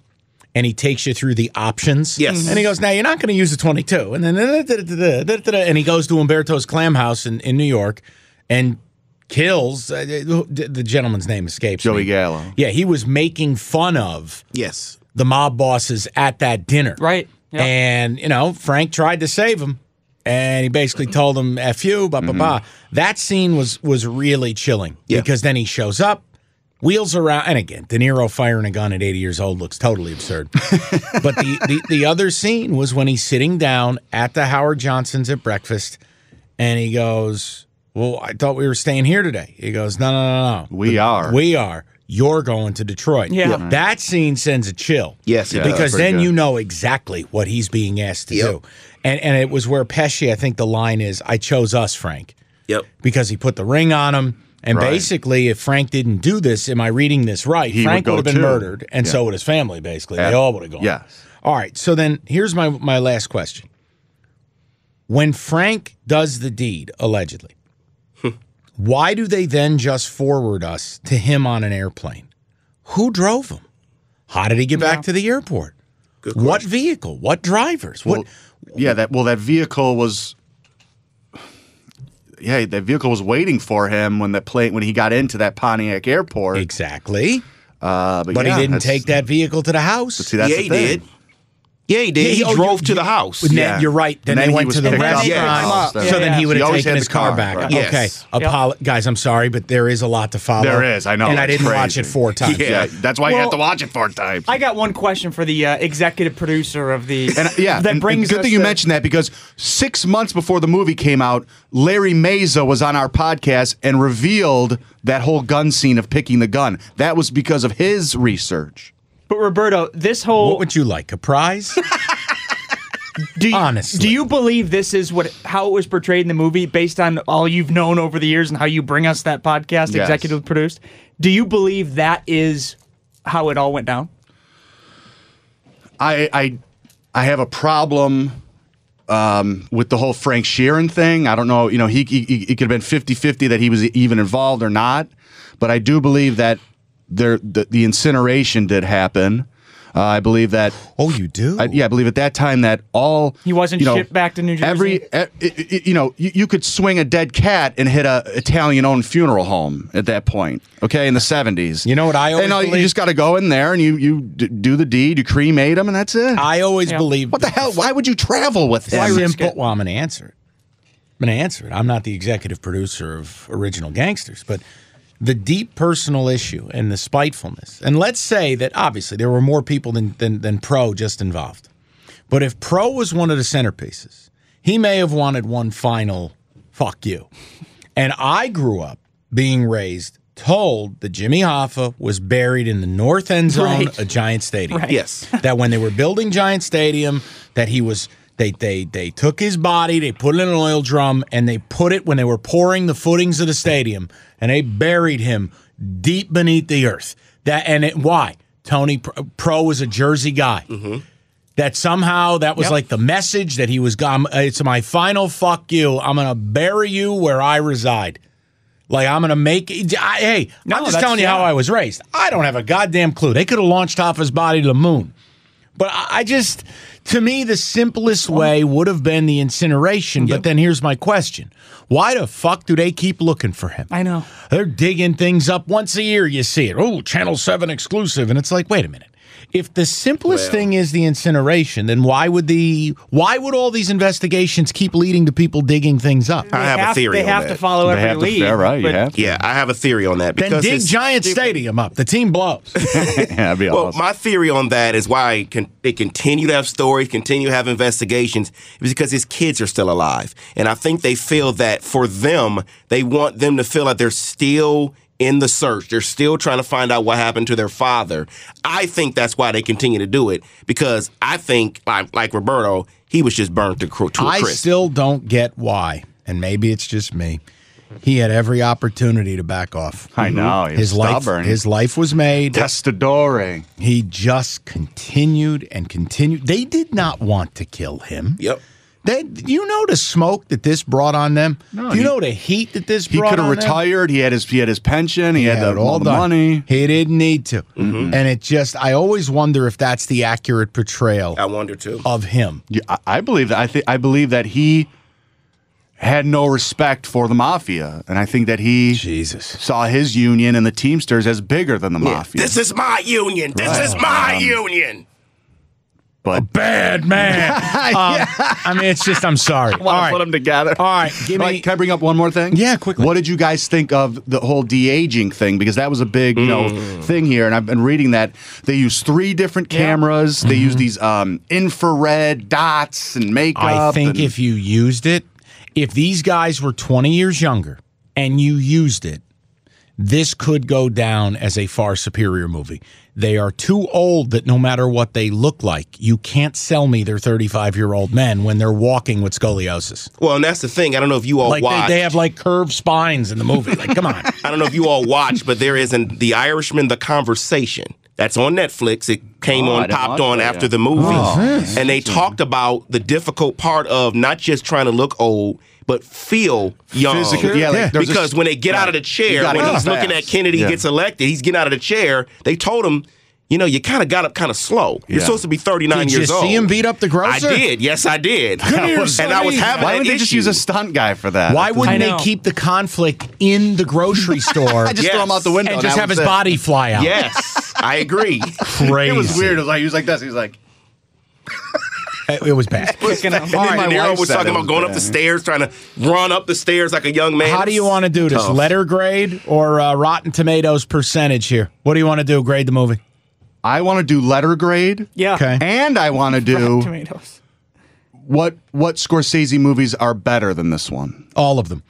Speaker 2: And he takes you through the options.
Speaker 5: Yes.
Speaker 3: Mm-hmm.
Speaker 2: And he goes, now you're not going to use the 22. And then, and he goes to Umberto's clam house in, in New York and kills uh, the the gentleman's name escapes
Speaker 3: Joey
Speaker 2: me.
Speaker 3: Gallo.
Speaker 2: Yeah, he was making fun of
Speaker 5: yes.
Speaker 2: the mob bosses at that dinner.
Speaker 4: Right. Yep.
Speaker 2: And, you know, Frank tried to save him. And he basically told him F you, blah, blah, blah. That scene was was really chilling
Speaker 5: Yeah.
Speaker 2: because then he shows up, wheels around. And again, De Niro firing a gun at 80 years old looks totally absurd. but the, the, the other scene was when he's sitting down at the Howard Johnson's at breakfast and he goes, Well, I thought we were staying here today. He goes, No, no, no, no.
Speaker 3: we are.
Speaker 2: We are. You're going to Detroit.
Speaker 4: Yeah. Yeah.
Speaker 2: That scene sends a chill.
Speaker 5: Yes, it does.
Speaker 2: Because
Speaker 3: Pretty
Speaker 2: then
Speaker 3: good.
Speaker 2: you know exactly what he's being asked to
Speaker 5: Yep.
Speaker 2: do. And and it was where Pesci, I think the line is, I chose us, Frank.
Speaker 5: Yep.
Speaker 2: Because he put the ring on him. And
Speaker 3: Right.
Speaker 2: basically, if Frank didn't do this, am I reading this right?
Speaker 3: He
Speaker 2: Frank
Speaker 3: would go
Speaker 2: would have been
Speaker 3: too.
Speaker 2: murdered, and
Speaker 3: Yeah.
Speaker 2: so would his family, basically.
Speaker 3: Yeah.
Speaker 2: They all would have gone.
Speaker 3: Yes.
Speaker 2: All right. So then here's my, my last question. When Frank does the deed, allegedly,
Speaker 3: Hmm.
Speaker 2: why do they then just forward us to him on an airplane? Who drove him? How did he get back to the airport? What vehicle? What drivers? What?
Speaker 3: Well, yeah, that well, that vehicle was. Yeah, that vehicle was waiting for him when the plane when he got into that Pontiac airport.
Speaker 2: exactly.
Speaker 3: Uh, but
Speaker 2: But
Speaker 3: yeah,
Speaker 2: he didn't
Speaker 3: that's-
Speaker 2: take that vehicle to the house.
Speaker 3: See, that's
Speaker 5: yeah,
Speaker 3: the
Speaker 5: he
Speaker 3: thing.
Speaker 5: did. Yeah, he did.
Speaker 2: Yeah,
Speaker 5: he
Speaker 2: oh, you-
Speaker 5: drove to
Speaker 2: you-
Speaker 5: the house.
Speaker 2: Then
Speaker 3: Yeah.
Speaker 2: you're right. Then,
Speaker 3: And then
Speaker 2: they
Speaker 3: he
Speaker 2: went
Speaker 3: was
Speaker 2: to the
Speaker 3: picked up
Speaker 2: restaurant.
Speaker 5: by the
Speaker 2: So
Speaker 4: cops.
Speaker 2: then
Speaker 4: Yeah.
Speaker 2: he would
Speaker 3: He
Speaker 2: have
Speaker 3: always
Speaker 2: taken
Speaker 3: had
Speaker 2: his
Speaker 3: the
Speaker 2: car,
Speaker 3: car,
Speaker 2: back.
Speaker 3: right.
Speaker 2: Okay.
Speaker 5: Yes.
Speaker 2: Apolo- guys, I'm sorry, but there is a lot to follow.
Speaker 3: There is, I know.
Speaker 2: And I
Speaker 3: it's
Speaker 2: didn't watch
Speaker 3: crazy.
Speaker 2: it four times.
Speaker 5: Yeah.
Speaker 3: Yeah, that's why you have
Speaker 4: Well,
Speaker 3: to watch it four times.
Speaker 4: I got one question for the uh, executive producer of the.
Speaker 3: And yeah,
Speaker 4: that
Speaker 3: and- and
Speaker 4: brings
Speaker 3: good
Speaker 4: us
Speaker 3: thing you
Speaker 4: to-
Speaker 3: mentioned that because six months before the movie came out, Larry Maza was on our podcast and revealed that whole gun scene of picking the gun. That was because of his research.
Speaker 4: But Roberto, this
Speaker 2: What
Speaker 4: whole
Speaker 2: would you like? A prize?
Speaker 4: do you,
Speaker 2: honestly.
Speaker 4: do you believe this is what how it was portrayed in the movie based on all you've known over the years and how you bring us that podcast
Speaker 3: Yes.
Speaker 4: executive produced? Do you believe that is how it all went down?
Speaker 3: I I, I have a problem um, with the whole Frank Sheeran thing. I don't know, you know, he, he, he- it could have been 50-50 that he was even involved or not, but I do believe that there the, the incineration did happen. Uh, I believe that
Speaker 2: oh, you do?
Speaker 3: I, yeah, I believe at that time that all
Speaker 4: He wasn't
Speaker 3: you know,
Speaker 4: shipped back to New Jersey?
Speaker 3: Every e- i- i- you know, you, you could swing a dead cat and hit a Italian-owned funeral home at that point. Okay, in the seventies.
Speaker 2: You know what I always
Speaker 3: and, uh, you
Speaker 2: believed?
Speaker 3: just got to go in there and you you d- do the deed, you cremate him, and that's it.
Speaker 2: I always
Speaker 4: Yeah.
Speaker 2: believe.
Speaker 3: what the hell? Why would you travel with
Speaker 2: Why
Speaker 3: him?
Speaker 2: simple. Well, I'm going to answer it. I'm going to answer it. I'm not the executive producer of Original Gangsters, but the deep personal issue and the spitefulness. And let's say that obviously there were more people than than, than Pro just involved. But if Pro was one of the centerpieces, he may have wanted one final fuck you. And I grew up being raised told that Jimmy Hoffa was buried in the north end zone
Speaker 4: Right.
Speaker 2: of Giant Stadium
Speaker 5: Yes.
Speaker 2: that when they were building Giant Stadium, that he was they they they took his body, they put it in an oil drum, and they put it when they were pouring the footings of the stadium, and they buried him deep beneath the earth. That and it, why Tony Pro, Pro was a Jersey guy. That somehow that was like the message that he was. I'm, uh, it's my final fuck you. I'm gonna bury you where I reside. Like I'm gonna make. I, hey,
Speaker 4: No,
Speaker 2: I'm just
Speaker 4: that's-
Speaker 2: telling you how
Speaker 4: yeah.
Speaker 2: I was raised. I don't have a goddamn clue. They could have launched Hoffa's body to the moon, But I I just, to me, the simplest way would have been the incineration. But then here's my question Why the fuck do they keep looking for him?
Speaker 4: I know.
Speaker 2: They're digging things up once a year. You see it. Oh, Channel 7 exclusive. And it's like, wait a minute. If the simplest thing is the incineration, then why would the why would all these investigations keep leading to people digging things up?
Speaker 5: I have, a theory
Speaker 4: They
Speaker 5: on
Speaker 4: have
Speaker 5: that.
Speaker 4: to follow
Speaker 3: They
Speaker 4: every
Speaker 3: have to,
Speaker 4: lead.
Speaker 3: yeah, right. You
Speaker 4: but
Speaker 3: have to.
Speaker 5: Yeah, I have a theory on that
Speaker 2: Then
Speaker 5: because
Speaker 2: dig
Speaker 5: it's-
Speaker 2: Giant Stadium up. The team blows.
Speaker 3: Yeah, that'd be
Speaker 5: Well,
Speaker 3: awesome.
Speaker 5: my theory on that is why con- they continue to have stories, continue to have investigations, is because his kids are still alive. And I think they feel that for them, they want them to feel like they're still in the search. They're still trying to find out what happened to their father. I think that's why they continue to do it because I think, like, like Roberto, he was just burned to, cr- to a
Speaker 2: I
Speaker 5: crisp.
Speaker 2: still don't get why, and maybe it's just me. He had every opportunity to back off.
Speaker 3: I know. He's
Speaker 2: Mhm. His life,
Speaker 3: stubborn.
Speaker 2: his life was made.
Speaker 3: testadore.
Speaker 2: He just continued and continued. They did not want to kill him.
Speaker 5: yep.
Speaker 2: They, you know the smoke that this brought on them.
Speaker 3: No,
Speaker 2: you
Speaker 3: he-
Speaker 2: know the heat that this
Speaker 3: He
Speaker 2: brought
Speaker 3: could have
Speaker 2: on them?
Speaker 3: retired. He had his he had his pension. He, had,
Speaker 2: had
Speaker 3: the, all the money. Mm-hmm.
Speaker 2: He didn't need to. And it just, I always wonder if that's the accurate portrayal
Speaker 5: I wonder too.
Speaker 2: of him.
Speaker 3: Yeah, I, I believe that. I think I believe that he had no respect for the mafia, and I think that he
Speaker 2: Jesus.
Speaker 3: saw his union and the Teamsters as bigger than the mafia.
Speaker 5: This is my union. This is my union.
Speaker 3: but
Speaker 2: Bad man. Um, I mean, it's just, I'm sorry. All
Speaker 3: want to
Speaker 2: right.
Speaker 3: put them together.
Speaker 2: All right, give
Speaker 3: Like,
Speaker 2: me-
Speaker 3: can I bring up one more thing?
Speaker 2: Yeah, quickly.
Speaker 3: What did you guys think of the whole de aging thing? Because that was a big, you
Speaker 2: Mm.
Speaker 3: know, thing here, and I've been reading that they use three different cameras. They
Speaker 2: Mm-hmm.
Speaker 3: use these um, infrared dots and makeup.
Speaker 2: I think
Speaker 3: and-
Speaker 2: if you used it, if these guys were 20 years younger and you used it, this could go down as a far superior movie. They are too old that no matter what they look like, you can't sell me they're 35 year old men when they're walking with scoliosis.
Speaker 5: Well, and that's the thing. I don't know if
Speaker 3: Oh,
Speaker 5: you all
Speaker 2: Like
Speaker 5: watched.
Speaker 2: they, they have like curved spines in the movie. Like, come on.
Speaker 5: I don't know if you all watched, but there is an The Irishman, The Conversation. That's on Netflix. It came
Speaker 3: Oh, I
Speaker 5: on,
Speaker 3: didn't watch
Speaker 5: popped on
Speaker 3: that
Speaker 5: after
Speaker 3: yet.
Speaker 5: the movie.
Speaker 2: Oh,
Speaker 5: and they talked about the difficult part of not just trying to look old, but feel young.
Speaker 3: Physical- yeah, like, Yeah. there's a-
Speaker 5: because when they get out of the
Speaker 3: You
Speaker 5: chair,
Speaker 3: gotta
Speaker 5: when
Speaker 3: go
Speaker 5: he's
Speaker 3: fast.
Speaker 5: looking at Kennedy
Speaker 3: Yeah.
Speaker 5: gets elected, he's getting out of the chair. They told him, you know, you kind of got up kind of slow. You're
Speaker 3: Yeah.
Speaker 5: supposed to be 39
Speaker 2: Did you
Speaker 5: years
Speaker 2: see
Speaker 5: old.
Speaker 2: him beat up the grocer?
Speaker 5: I did. Yes, I did.
Speaker 2: here,
Speaker 5: and I was
Speaker 2: sonny.
Speaker 5: having
Speaker 3: why
Speaker 5: an
Speaker 3: wouldn't they just
Speaker 5: issue.
Speaker 3: use a stunt guy for that?
Speaker 2: Why wouldn't
Speaker 4: I
Speaker 2: they
Speaker 4: know.
Speaker 2: keep the conflict in the grocery store
Speaker 3: I just throw him out the
Speaker 5: Yes.
Speaker 3: window
Speaker 2: and just
Speaker 3: that
Speaker 2: have
Speaker 3: was
Speaker 2: his
Speaker 3: it.
Speaker 2: body fly out?
Speaker 5: Yes, I agree.
Speaker 2: Crazy.
Speaker 3: It was weird. It was like he was like this. He was like,
Speaker 2: It was bad.
Speaker 4: Kicking him.
Speaker 5: And
Speaker 3: All right,
Speaker 5: then
Speaker 3: my
Speaker 5: De Niro
Speaker 3: wife
Speaker 5: was
Speaker 3: said
Speaker 5: talking
Speaker 3: it
Speaker 5: about
Speaker 3: was
Speaker 5: going up
Speaker 3: bad.
Speaker 5: the stairs, trying to run up the stairs like a young man.
Speaker 2: How do you want to do this?
Speaker 5: Tough.
Speaker 2: Letter grade or uh, Rotten Tomatoes percentage here? What do you want to do? Grade the movie?
Speaker 3: I want to do letter grade.
Speaker 4: Yeah.
Speaker 2: Okay.
Speaker 3: And I want to do
Speaker 4: Tomatoes.
Speaker 3: what what Scorsese movies are better than this one.
Speaker 2: All of them.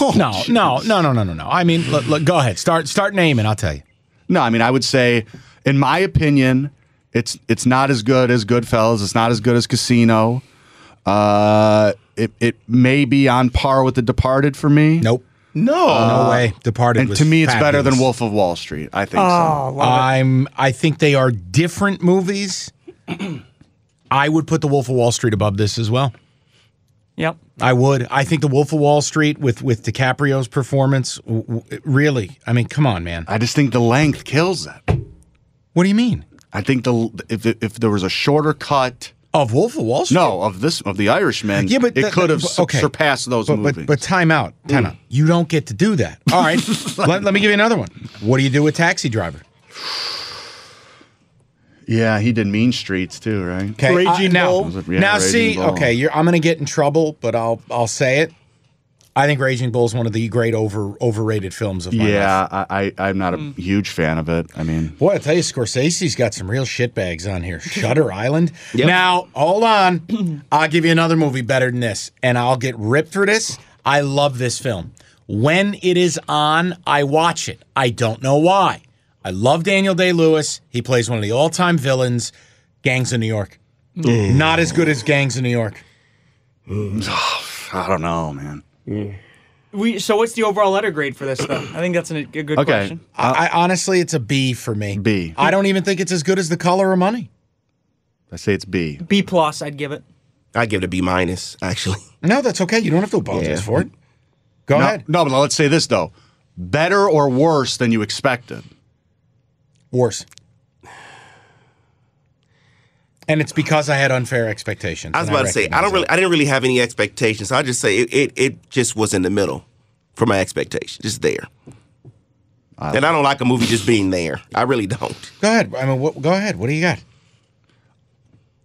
Speaker 2: no, no, no, no, no, no, no. I mean, look, look, go ahead. Start start naming. I'll tell you.
Speaker 3: No, I mean I would say, in my opinion, it's it's not as good as Goodfellas. It's not as good as Casino. Uh, it it may be on par with The Departed for me.
Speaker 2: Nope.
Speaker 5: No.
Speaker 2: no way. Departed.
Speaker 3: Uh, And
Speaker 2: was
Speaker 3: to me, it's better
Speaker 2: fabulous.
Speaker 3: than Wolf of Wall Street. I think
Speaker 4: Oh,
Speaker 3: so.
Speaker 4: love
Speaker 2: I'm. I think they are different movies. I would put The Wolf of Wall Street above this as well.
Speaker 4: it. Yep.
Speaker 2: I would. I think The Wolf of Wall Street with with DiCaprio's performance. W- w- really. I mean, come on, man.
Speaker 3: I just think the length kills it.
Speaker 2: What do you mean?
Speaker 3: I think the if if there was a shorter cut.
Speaker 2: Of Wolf of Wall Street.
Speaker 3: No, of this of the Irishman.
Speaker 2: Yeah, but
Speaker 3: it
Speaker 2: that-
Speaker 3: could have
Speaker 2: but-
Speaker 3: su-
Speaker 2: okay.
Speaker 3: surpassed those
Speaker 2: But,
Speaker 3: movies.
Speaker 2: but but time out, time out. You don't get to do that. All right, let, let me give you another one. What do you do with Taxi Driver?
Speaker 3: yeah, he did Mean Streets too, right?
Speaker 2: Okay,
Speaker 4: Raging
Speaker 2: now,
Speaker 4: Bull.
Speaker 3: Was it- yeah,
Speaker 2: now
Speaker 3: Raging
Speaker 2: see,
Speaker 3: Bull.
Speaker 2: okay, you're, I'm going to get in trouble, but I'll I'll say it. I think Raging Bull is one of the great over overrated films of my life.
Speaker 3: Yeah, I, I I'm not a
Speaker 2: Mm.
Speaker 3: huge fan of it. I mean,
Speaker 2: Boy, I tell you, Scorsese's got some real shitbags on here. Shutter Island.
Speaker 5: Yep.
Speaker 2: Now, hold on. I'll give you another movie better than this, and I'll get ripped for this. I love this film. When it is on, I watch it. I don't know why. I love Daniel Day Lewis. He plays one of the all time villains, Gangs of New York. Not as good as Gangs of New York.
Speaker 3: I don't know, man.
Speaker 4: We, so what's the overall letter grade for this, though? I think that's an, a good
Speaker 3: Okay.
Speaker 4: question.
Speaker 2: I, I honestly, it's a B for me.
Speaker 3: B.
Speaker 2: I don't even think it's as good as The Color of Money.
Speaker 3: I say it's B.
Speaker 4: B plus, I'd give it.
Speaker 5: I give it a B minus, actually.
Speaker 2: No, that's okay. You don't have to apologize
Speaker 5: Yeah.
Speaker 2: for it. Go
Speaker 3: No,
Speaker 2: ahead.
Speaker 3: no, but let's say this though: better or worse than you expected.
Speaker 2: Worse. And it's because I had unfair expectations.
Speaker 5: I was
Speaker 2: and
Speaker 5: about to say I
Speaker 2: recognize
Speaker 5: don't really, I didn't really have any expectations. I just say it, it, it just was in the middle for my expectations, just there. and I don't like a movie just being there. I really don't.
Speaker 2: it. Go ahead. I mean, what, go ahead. What do you got?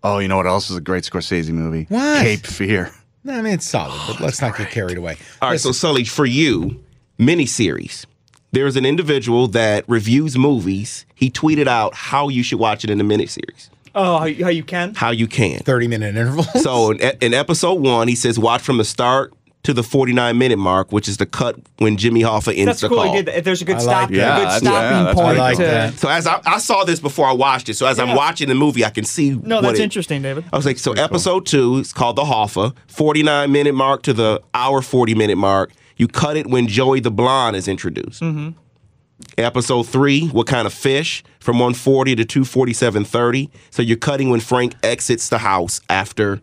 Speaker 3: Oh, you know what else is a great Scorsese movie?
Speaker 2: What?
Speaker 3: Cape Fear.
Speaker 2: No, I mean it's solid, but let's not get carried away.
Speaker 5: All right, so Sully, for you, miniseries. There is an individual that reviews movies. He tweeted out how you should watch it in a miniseries,
Speaker 4: Oh, how you, how you can?
Speaker 5: how you can.
Speaker 2: Thirty minute intervals.
Speaker 5: So in, e, in episode one, he says, watch from the start to the 49 minute mark, which is the cut when Jimmy Hoffa ends
Speaker 4: That's
Speaker 5: the
Speaker 4: cool.
Speaker 5: call.
Speaker 4: You did that. There's a good
Speaker 2: I like
Speaker 4: stop.
Speaker 3: that.
Speaker 4: a
Speaker 3: Yeah,
Speaker 4: good
Speaker 3: that's-
Speaker 4: stopping
Speaker 3: yeah, that's
Speaker 4: point.
Speaker 2: I like
Speaker 4: to-
Speaker 2: that.
Speaker 5: So as I, I saw this before I watched it, so as
Speaker 4: Yeah.
Speaker 5: I'm watching the movie, I can see.
Speaker 4: No,
Speaker 5: what
Speaker 4: that's
Speaker 5: it-
Speaker 4: interesting, David.
Speaker 2: Uh,
Speaker 5: I was like, so episode two is called the Hoffa, 49 minute mark to the hour 40 minute mark. You cut it when Joey the Blonde is introduced. Mm-hmm. Episode three, what kind of fish? From 140 to 247.30. So you're cutting when Frank exits the house after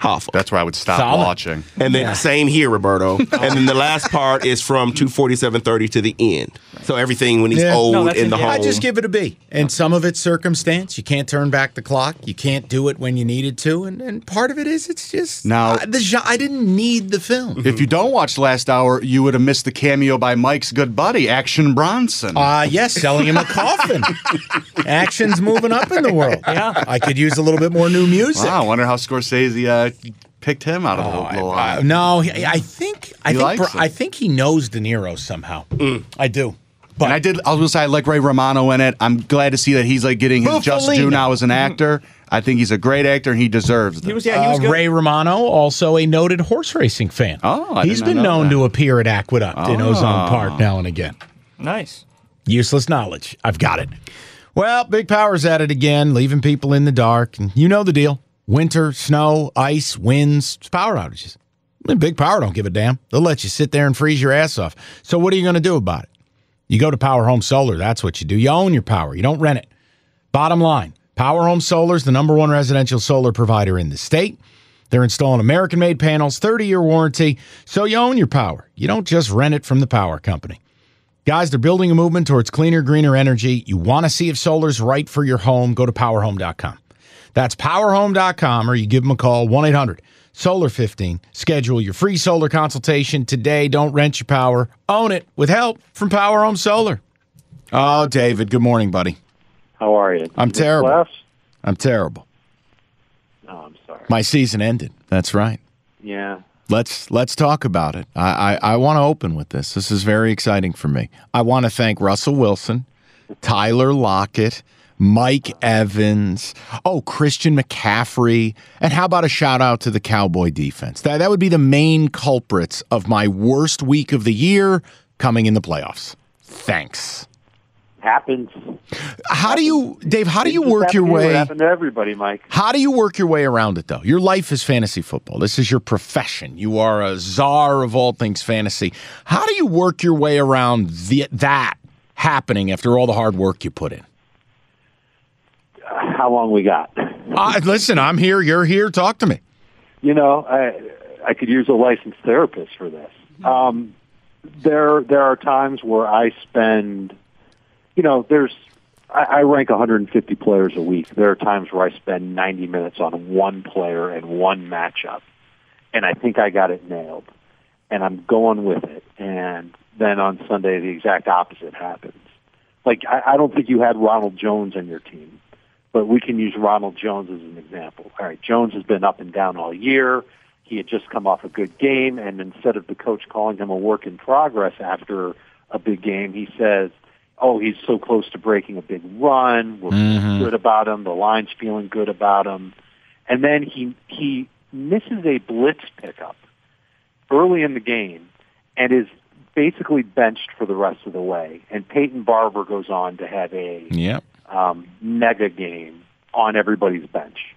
Speaker 5: Hoffa.
Speaker 3: That's where I would stop
Speaker 2: Solid.
Speaker 3: watching.
Speaker 5: And then same here, Roberto. and then the last part is from two forty seven thirty to the end. So everything when he's
Speaker 2: Yeah. No,
Speaker 5: old
Speaker 4: that's
Speaker 5: in the
Speaker 4: it, yeah.
Speaker 5: home.
Speaker 2: I just give it a B. And some of it's circumstance. You can't turn back the clock. You can't do it when you needed to. And and part of it is it's just
Speaker 3: Now-
Speaker 2: I, the gen- I didn't need the film.
Speaker 3: If you don't watch Last Hour, you would have missed the cameo by Mike's good buddy, Action Bronson.
Speaker 2: Uh yes, selling him a coffin. Action's moving up in the world.
Speaker 4: Yeah.
Speaker 2: I could use a little bit more new music.
Speaker 3: wow, I wonder how Scorsese uh, picked him out of the
Speaker 2: Oh, I-
Speaker 3: whole
Speaker 2: I- no, he- I think I
Speaker 3: He
Speaker 2: think
Speaker 3: likes
Speaker 2: Bro- I
Speaker 3: him.
Speaker 2: think he knows De Niro somehow. I do. But
Speaker 3: And I did. I was gonna say I like Ray Romano in it. I'm glad to see that he's like getting his just
Speaker 2: Buffalino.
Speaker 3: due now as an actor. I think he's a great actor and he deserves
Speaker 4: He
Speaker 3: it.
Speaker 4: was, yeah, he was
Speaker 2: Uh,
Speaker 4: good.
Speaker 2: Ray Romano, also a noted horse racing fan.
Speaker 3: Oh, I did
Speaker 2: he's
Speaker 3: not
Speaker 2: been
Speaker 3: know
Speaker 2: known
Speaker 3: that. Ah.
Speaker 2: to appear at Aqueduct in Ozone Park now and again.
Speaker 4: Nice.
Speaker 2: Useless knowledge. I've got it. Well, Big Power's at it again, leaving people in the dark. And you know the deal winter, snow, ice, winds, it's power outages. And Big Power don't give a damn. They'll let you sit there and freeze your ass off. So, what are you going to do about it? You go to Power Home Solar. That's what you do. You own your power, you don't rent it. Bottom line Power Home Solar is the number one residential solar provider in the state. They're installing American made panels, 30 year warranty. So, you own your power. You don't just rent it from the power company. Guys, they're building a movement towards cleaner, greener energy. You want to see if solar's right for your home? Go to powerhome.com. That's powerhome.com, or you give them a call, 1 800 Solar 15. Schedule your free solar consultation today. Don't rent your power. Own it with help from Power Home Solar. Oh, David, good morning, buddy.
Speaker 6: How are you?
Speaker 2: I'm
Speaker 6: Is this
Speaker 2: terrible.
Speaker 6: left?
Speaker 2: I'm terrible.
Speaker 6: No, I'm sorry.
Speaker 2: My season ended. That's right.
Speaker 6: yeah.
Speaker 2: Let's let's talk about it. I I, I want to open with this. This is very exciting for me. I want to thank Russell Wilson, Tyler Lockett, Mike Evans, oh Christian McCaffrey, and how about a shout out to the Cowboy defense? That that would be the main culprits of my worst week of the year coming in the playoffs. Thanks.
Speaker 6: Happens.
Speaker 2: How do you, Dave? How do you
Speaker 6: It just
Speaker 2: work your
Speaker 6: happened to you. It
Speaker 2: way?
Speaker 6: happened to everybody, Mike.
Speaker 2: How do you work your way around it, though? Your life is fantasy football. This is your profession. You are a czar of all things fantasy. How do you work your way around the, that happening after all the hard work you put in?
Speaker 6: How long we got?
Speaker 2: Uh, listen, I'm here. You're here. Talk to me.
Speaker 6: You know, I I could use a licensed therapist for this. Um, there there are times where I spend, you know, there's I, I rank 150 players a week. There are times where I spend 90 minutes on one player and one matchup, and I think I got it nailed, and I'm going with it. And then on Sunday, the exact opposite happens. Like I, I don't think you had Ronald Jones on your team but we can use Ronald Jones as an example. All right, Jones has been up and down all year. He had just come off a good game, and instead of the coach calling him a work in progress after a big game, he says, "Oh, he's so close to breaking a big run. We're feeling good about him. The line's feeling good about him." And then he he misses a blitz pickup early in the game and is basically benched for the rest of the way. And Peyton Barber goes on to have a
Speaker 2: Yep.
Speaker 6: um, mega game on everybody's bench.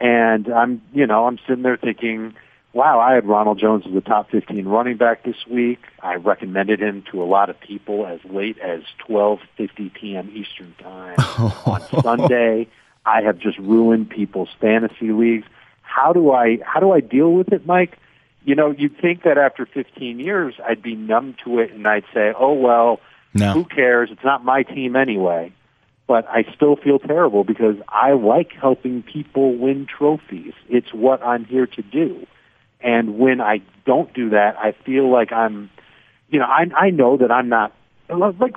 Speaker 6: And I'm, you know, I'm sitting there thinking, wow, I had Ronald Jones as a top 15 running back this week. I recommended him to a lot of people as late as 12:50 p.m. Eastern time on Sunday. I have just ruined people's fantasy leagues. How do I how do I deal with it, Mike? You know, you'd think that after 15 years I'd be numb to it and I'd say, "Oh well,
Speaker 2: No.
Speaker 6: who cares? It's not my team anyway." but I still feel terrible because I like helping people win trophies. It's what I'm here to do. And when I don't do that, I feel like I'm, you know, I, I know that I'm not, like,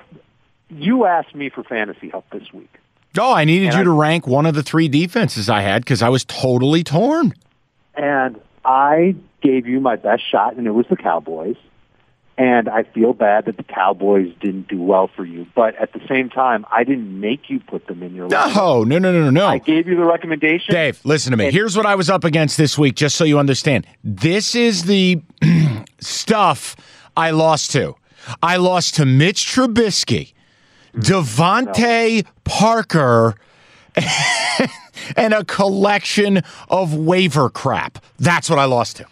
Speaker 6: you asked me for fantasy help this week.
Speaker 2: Oh, I needed
Speaker 6: And
Speaker 2: you
Speaker 6: I-
Speaker 2: to rank one of the three defenses I had because I was totally torn.
Speaker 6: and I gave you my best shot, and it was the Cowboys. And I feel bad that the Cowboys didn't do well for you, but at the same time, I didn't make you put them in your. lineup.
Speaker 2: No, no, no, no, no.
Speaker 6: I gave you the recommendation.
Speaker 2: Dave, listen to me. Here's what I was up against this week, just so you understand. This is the stuff I lost to. I lost to Mitch Trubisky, Devontae Parker, and a collection of waiver crap. That's what I lost to.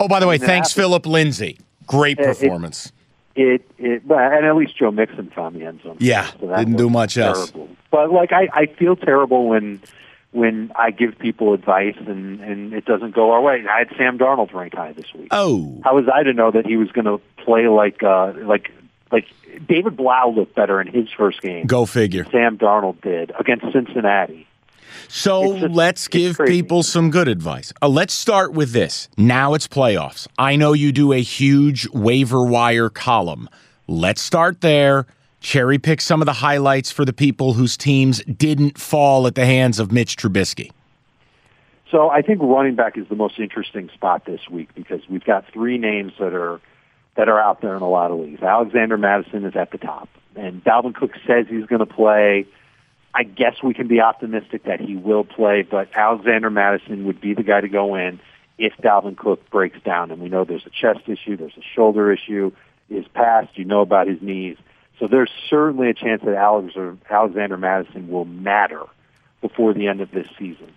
Speaker 2: Oh, by the way, thanks, Philip Lindsay. Great
Speaker 6: it-
Speaker 2: performance.
Speaker 6: It, it, but- and at least Joe Mixon found the end zone.
Speaker 2: Yeah,
Speaker 6: that
Speaker 2: didn't do
Speaker 6: was
Speaker 2: much else.
Speaker 6: terrible. But like, I, I feel terrible when when I give people advice and and it doesn't go our way. I had Sam Darnold ranked high this week.
Speaker 2: Oh.
Speaker 6: how was I to know that he was going to play like uh, like like David Blau looked better in his first game?
Speaker 2: Go figure.
Speaker 6: Sam Darnold did against Cincinnati.
Speaker 2: So
Speaker 6: It's just-
Speaker 2: let's
Speaker 6: it's
Speaker 2: give
Speaker 6: crazy.
Speaker 2: people some good advice. Uh, let's start with this. Now it's playoffs. I know you do a huge waiver wire column. Let's start there. Cherry pick some of the highlights for the people whose teams didn't fall at the hands of Mitch Trubisky.
Speaker 6: So I think running back is the most interesting spot this week because we've got three names that are that are out there in a lot of leagues. Alexander Madison is at the top, and Dalvin Cook says he's going to play. I guess we can be optimistic that he will play, but Alexander Madison would be the guy to go in if Dalvin Cook breaks down. And we know there's a chest issue, there's a shoulder issue, his past, you know about his knees. So there's certainly a chance that Alex or Alexander Madison will matter before the end of this season.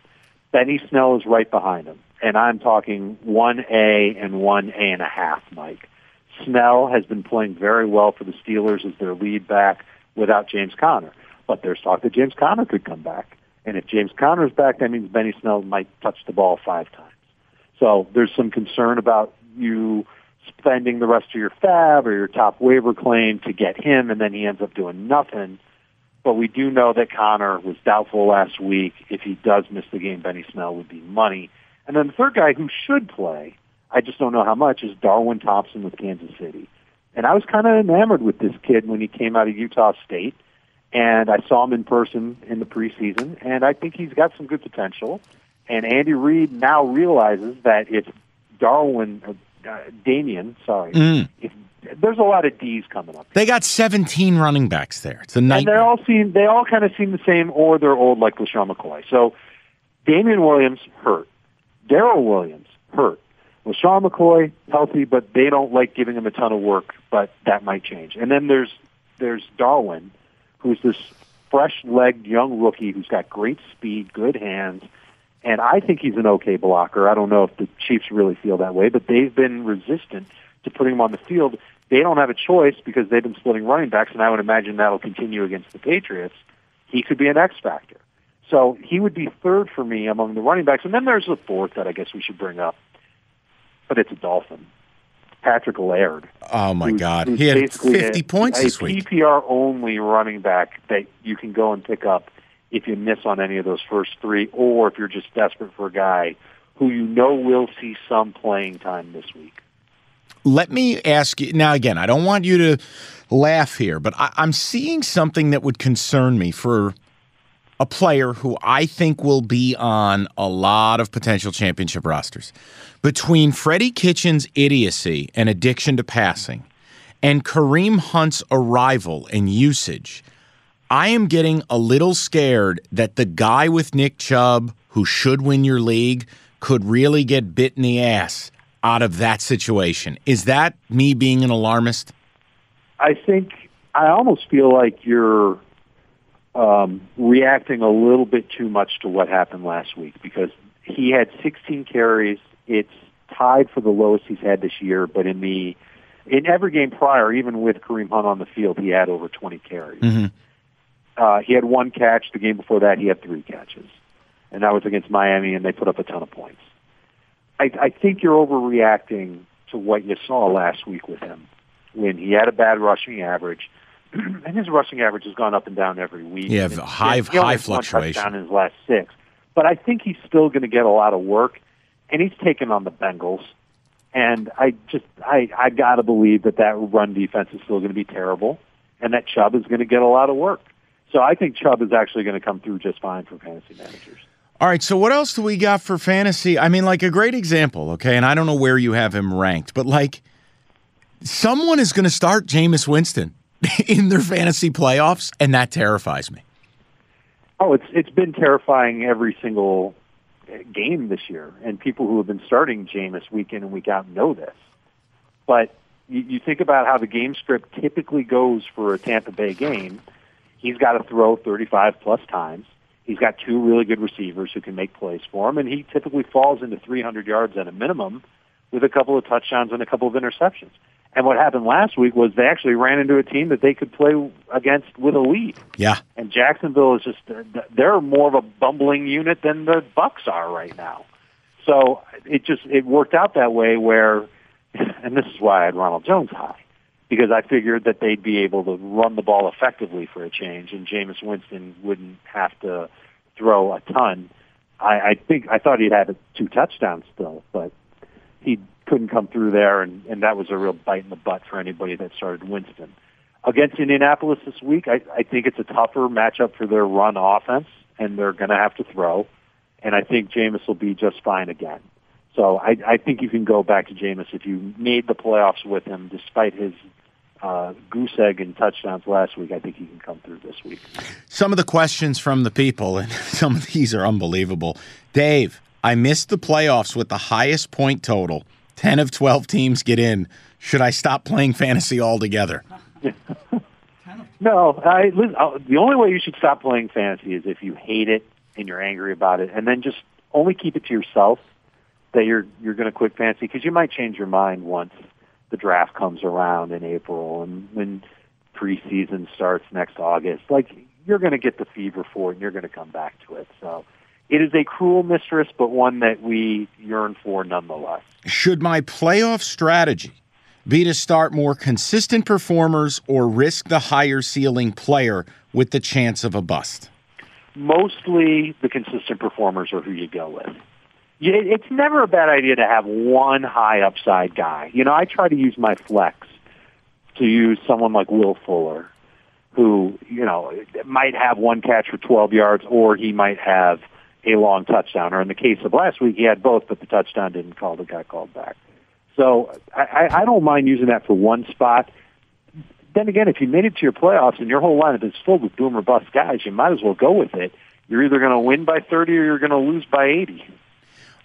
Speaker 6: Benny Snell is right behind him, and I'm talking 1A and 1A and a half, Mike. Snell has been playing very well for the Steelers as their lead back without James Conner. But there's talk that James Conner could come back. And if James Conner's back, that means Benny Snell might touch the ball five times. So there's some concern about you spending the rest of your fab or your top waiver claim to get him, and then he ends up doing nothing. But we do know that Connor was doubtful last week. If he does miss the game, Benny Snell would be money. And then the third guy who should play, I just don't know how much, is Darwin Thompson with Kansas City. And I was kind of enamored with this kid when he came out of Utah State. And I saw him in person in the preseason. And I think he's got some good potential. And Andy Reid now realizes that if Darwin, uh, uh, Damien, sorry, if, there's a lot of D's coming up.
Speaker 2: They got 17 running backs there. It's a
Speaker 6: And they
Speaker 2: nightmare.
Speaker 6: all seem they all kind of seem the same, or they're old like LaShawn McCoy. So Damian Williams hurt, Daryl Williams hurt, LaShawn McCoy healthy, but they don't like giving him a ton of work. But that might change. And then there's there's Darwin, who's this fresh-legged young rookie who's got great speed, good hands, and I think he's an okay blocker. I don't know if the Chiefs really feel that way, but they've been resistant to putting him on the field. They don't have a choice because they've been splitting running backs, and I would imagine that'll continue against the Patriots. He could be an X factor. So he would be third for me among the running backs. And then there's the fourth that I guess we should bring up, but it's a Dolphin. Patrick Laird
Speaker 2: Oh, my
Speaker 6: who's-
Speaker 2: God.
Speaker 6: who's
Speaker 2: He had
Speaker 6: basically
Speaker 2: 50
Speaker 6: a-
Speaker 2: points
Speaker 6: a
Speaker 2: this week.
Speaker 6: PPR only running back that you can go and pick up if you miss on any of those first three, or if you're just desperate for a guy who you know will see some playing time this week.
Speaker 2: Let me ask you now again, I don't want you to laugh here, but I, I'm seeing something that would concern me for a player who I think will be on a lot of potential championship rosters. Between Freddie Kitchen's idiocy and addiction to passing and Kareem Hunt's arrival and usage, I am getting a little scared that the guy with Nick Chubb, who should win your league, could really get bit in the ass out of that situation. Is that me being an alarmist?
Speaker 6: I think I almost feel like you're um, reacting a little bit too much to what happened last week because he had 16 carries. It's tied for the lowest he's had this year, but in the in every game prior, even with Kareem Hunt on the field, he had over 20 carries. Uh, he had one catch. The game before that, he had three catches, and that was against Miami, and they put up a ton of points. I, I think you're overreacting to what you saw last week with him when he had a bad rushing average, and his rushing average has gone up and down every week.
Speaker 2: Yeah,
Speaker 6: And it's-
Speaker 2: high-
Speaker 6: he only
Speaker 2: high
Speaker 6: has one
Speaker 2: fluctuation.
Speaker 6: touchdown in his last six, but I think he's still going to get a lot of work, and he's taken on the Bengals, and I just I I got to believe that that run defense is still going to be terrible, and that Chubb is going to get a lot of work. So I think Chubb is actually going to come through just fine for fantasy managers.
Speaker 2: All right, so what else do we got for fantasy? I mean, like a great example, okay, and I don't know where you have him ranked, but like someone is going to start Jameis Winston in their fantasy playoffs, and that terrifies me.
Speaker 6: Oh, it's it's been terrifying every single uh, game this year, and people who have been starting Jameis week in and week out know this. But you, you think about how the game script typically goes for a Tampa Bay game. He's got to throw 35 plus times. He's got two really good receivers who can make plays for him, and he typically falls into 300 yards at a minimum with a couple of touchdowns and a couple of interceptions. And what happened last week was they actually ran into a team that they could play against with a lead
Speaker 2: Yeah.
Speaker 6: and Jacksonville is just they're more of a bumbling unit than the Bucks are right now. So it just it worked out that way where, and this is why I had Ronald Jones high because I figured that they'd be able to run the ball effectively for a change, and Jameis Winston wouldn't have to throw a ton. I, I think I thought he'd had two touchdowns still, but he couldn't come through there, and, and that was a real bite in the butt for anybody that started Winston. Against Indianapolis this week, I, I think it's a tougher matchup for their run offense, and they're going to have to throw. And I think Jameis will be just fine again. So I, I think you can go back to Jameis if you made the playoffs with him, despite his uh, goose egg and touchdowns last week. I think he can come through this week.
Speaker 2: Some of the questions from the people, and some of these are unbelievable. Dave, I missed the playoffs with the highest point total. 10 of 12 teams get in. Should I stop playing fantasy altogether?
Speaker 6: No, I, listen, I, the only way you should stop playing fantasy is if you hate it and you're angry about it, and then just only keep it to yourself that you're you're going to quit fantasy because you might change your mind once the draft comes around in April and when preseason starts next August. Like you're going to get the fever for it, and you're going to come back to it. So it is a cruel mistress, but one that we yearn for nonetheless.
Speaker 2: Should my playoff strategy be to start more consistent performers or risk the higher ceiling player with the chance of a bust?
Speaker 6: mostly the consistent performers are who you go with. You- it- It's never a bad idea to have one high upside guy. You know, I try to use my flex to use someone like Will Fuller, who, you know, might have one catch for 12 yards or he might have a long touchdown. Or in the case of last week, he had both, but the touchdown didn't call, it got called back. So I, I I don't mind using that for one spot then again, if you made it to your playoffs and your whole lineup is filled with boom or bust guys, you might as well go with it. You're either going to win by 30 or you're going to lose by 80.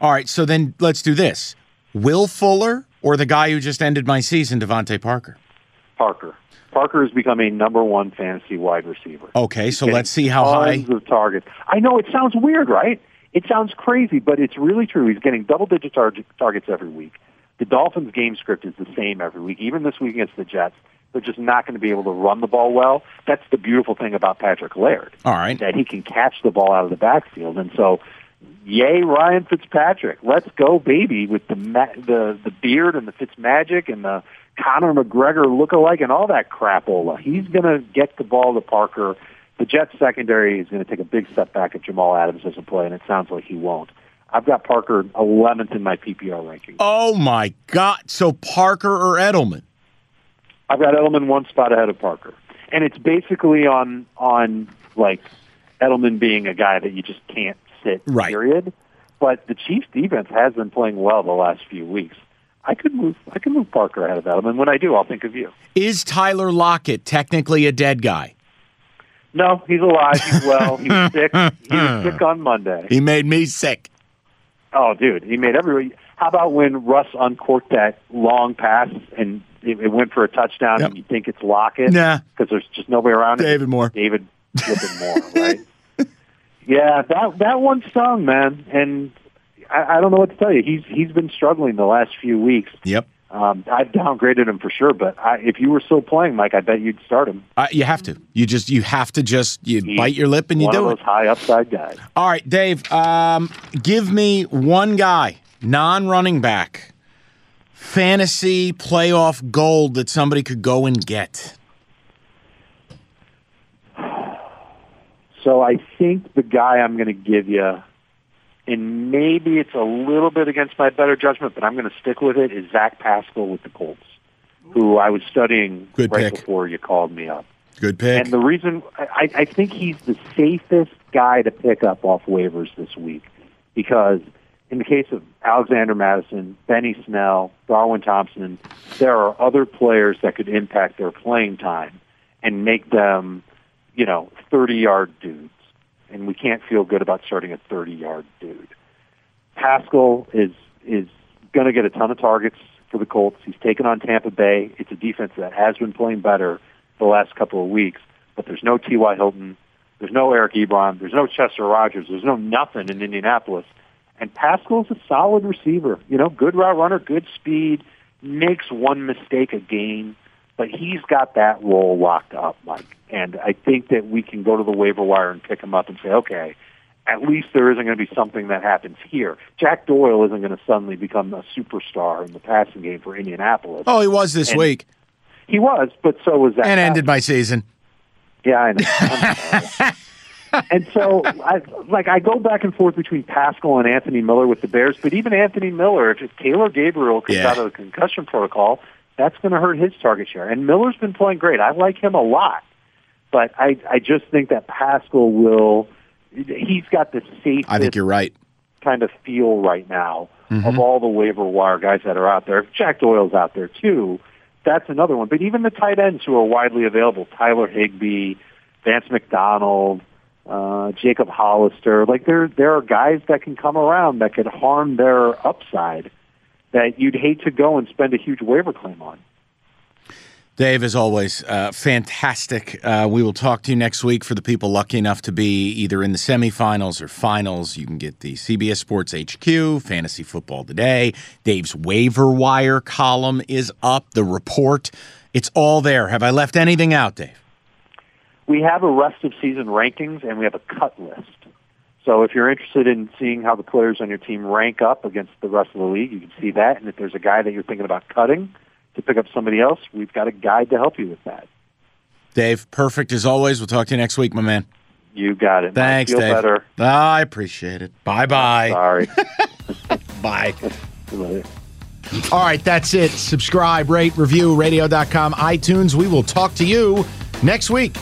Speaker 2: All right, so then let's do this Will Fuller or the guy who just ended my season, Devontae Parker?
Speaker 6: Parker. Parker has become a number one fantasy wide receiver.
Speaker 2: Okay, Oh, so
Speaker 6: Getting
Speaker 2: let's see how high.
Speaker 6: tons of targets. I know it sounds weird, right? It sounds crazy, but it's really true. He's getting double-digit tar- targets every week. The Dolphins' game script is the same every week. Even this week against the Jets, they're just not going to be able to run the ball well. That's the beautiful thing about Patrick Laird.
Speaker 2: All right.
Speaker 6: that he can catch the ball out of the backfield. And so, yay, Ryan Fitzpatrick. Let's go, baby, with the ma- the the beard and the Fitzmagic and the Conor McGregor look-alike and all that crapola. He's going to get the ball to Parker. The Jets secondary is going to take a big step back if Jamal Adams doesn't play, and it sounds like he won't. I've got Parker 11th in my PPR ranking.
Speaker 2: Oh my God. So Parker or Edelman?
Speaker 6: I've got Edelman one spot ahead of Parker, and it's basically on on like Edelman being a guy that you just can't sit.
Speaker 2: Right.
Speaker 6: Period. But the Chiefs' defense has been playing well the last few weeks. I could move. I could move Parker ahead of Edelman. When I do, I'll think of you.
Speaker 2: Is Tyler Lockett technically a dead guy?
Speaker 6: No, he's alive. He's well. He was sick. He was sick on Monday.
Speaker 2: He made me sick.
Speaker 6: Oh, dude, he made every. How about when Russ uncorked that long pass and it, it went for a touchdown?
Speaker 2: Yep.
Speaker 6: And you think it's Lockett?
Speaker 2: Nah.
Speaker 6: because there's just nobody around. it.
Speaker 2: David Moore.
Speaker 6: David flipping Moore, right? Yeah, that that one stung, man, and I, I don't know what to tell you. He's he's been struggling the last few weeks.
Speaker 2: Yep.
Speaker 6: Um, I've downgraded him for sure, but I, if you were still playing, Mike, I bet you'd start him.
Speaker 2: Uh, you have to. You just you have to just you bite your lip and you
Speaker 6: one
Speaker 2: do
Speaker 6: of
Speaker 2: it.
Speaker 6: those high upside guys.
Speaker 2: All right, Dave. Um, give me one guy, non-running back, fantasy playoff gold that somebody could go and get.
Speaker 6: So I think the guy I'm going to give you, and maybe it's a little bit against my better judgment, but I'm going to stick with it, is Zach Pascal with the Colts, who I was studying
Speaker 2: Good
Speaker 6: right
Speaker 2: pick.
Speaker 6: before you called me up.
Speaker 2: Good pick.
Speaker 6: And the reason I, I think he's the safest guy to pick up off waivers this week because in the case of Alexander Madison, Benny Snell, Darwin Thompson, there are other players that could impact their playing time and make them, you know, 30-yard dudes. And we can't feel good about starting a 30-yard dude. Pascal is is going to get a ton of targets for the Colts. He's taken on Tampa Bay. It's a defense that has been playing better the last couple of weeks, but there's no T.Y. Hilton, there's no Eric Ebron, there's no Chester Rogers, there's no nothing in Indianapolis. And Pascal's a solid receiver, you know, good route runner, good speed, makes one mistake a game, but he's got that role locked up, Mike. And I think that we can go to the waiver wire and pick him up and say, okay, at least there isn't going to be something that happens here. Jack Doyle isn't going to suddenly become a superstar in the passing game for Indianapolis.
Speaker 7: Oh, he was this
Speaker 6: And-
Speaker 7: week
Speaker 6: He was, but so was that.
Speaker 7: and ended
Speaker 2: uh,
Speaker 7: my season.
Speaker 6: Yeah, I know. I'm sorry. and so, I, like, I go back and forth between Pascal and Anthony Miller with the Bears, but even Anthony Miller, if it's Taylor Gabriel comes
Speaker 7: Yeah.
Speaker 6: out of the concussion protocol, that's going to hurt his target share. And Miller's been playing great. I like him a lot, but I, I just think that Pascal will. He's got the safest
Speaker 7: I think you're right.
Speaker 6: kind of feel right now of all the waiver wire guys that are out there. If Jack Doyle's out there too, that's another one. But even the tight ends who are widely available, Tyler Higbee, Vance McDonald, uh, Jacob Hollister, like there there are guys that can come around that could harm their upside that you'd hate to go and spend a huge waiver claim on.
Speaker 7: Dave, as always, uh, fantastic. Uh, we will talk to you next week for the people lucky enough to be either in the semifinals or finals. You can get the CBS Sports HQ, Fantasy Football Today. Dave's waiver wire column is up, the report. It's all there. Have I left anything out, Dave?
Speaker 6: we have a rest of season rankings and we have a cut list. So if you're interested in seeing how the players on your team rank up against the rest of the league, you can see that. And if there's a guy that you're thinking about cutting to pick up somebody else, we've got a guide to help you with that.
Speaker 7: Dave, perfect as always. We'll talk to you next week, my man.
Speaker 6: You got it. Mike.
Speaker 7: Thanks,
Speaker 6: Feel
Speaker 7: Dave.
Speaker 6: better.
Speaker 7: Ah, I appreciate it. Bye bye.
Speaker 6: Sorry.
Speaker 7: Bye.
Speaker 6: Later.
Speaker 2: All right, that's it. Subscribe, rate, review, radio.com, iTunes. We will talk to you next week.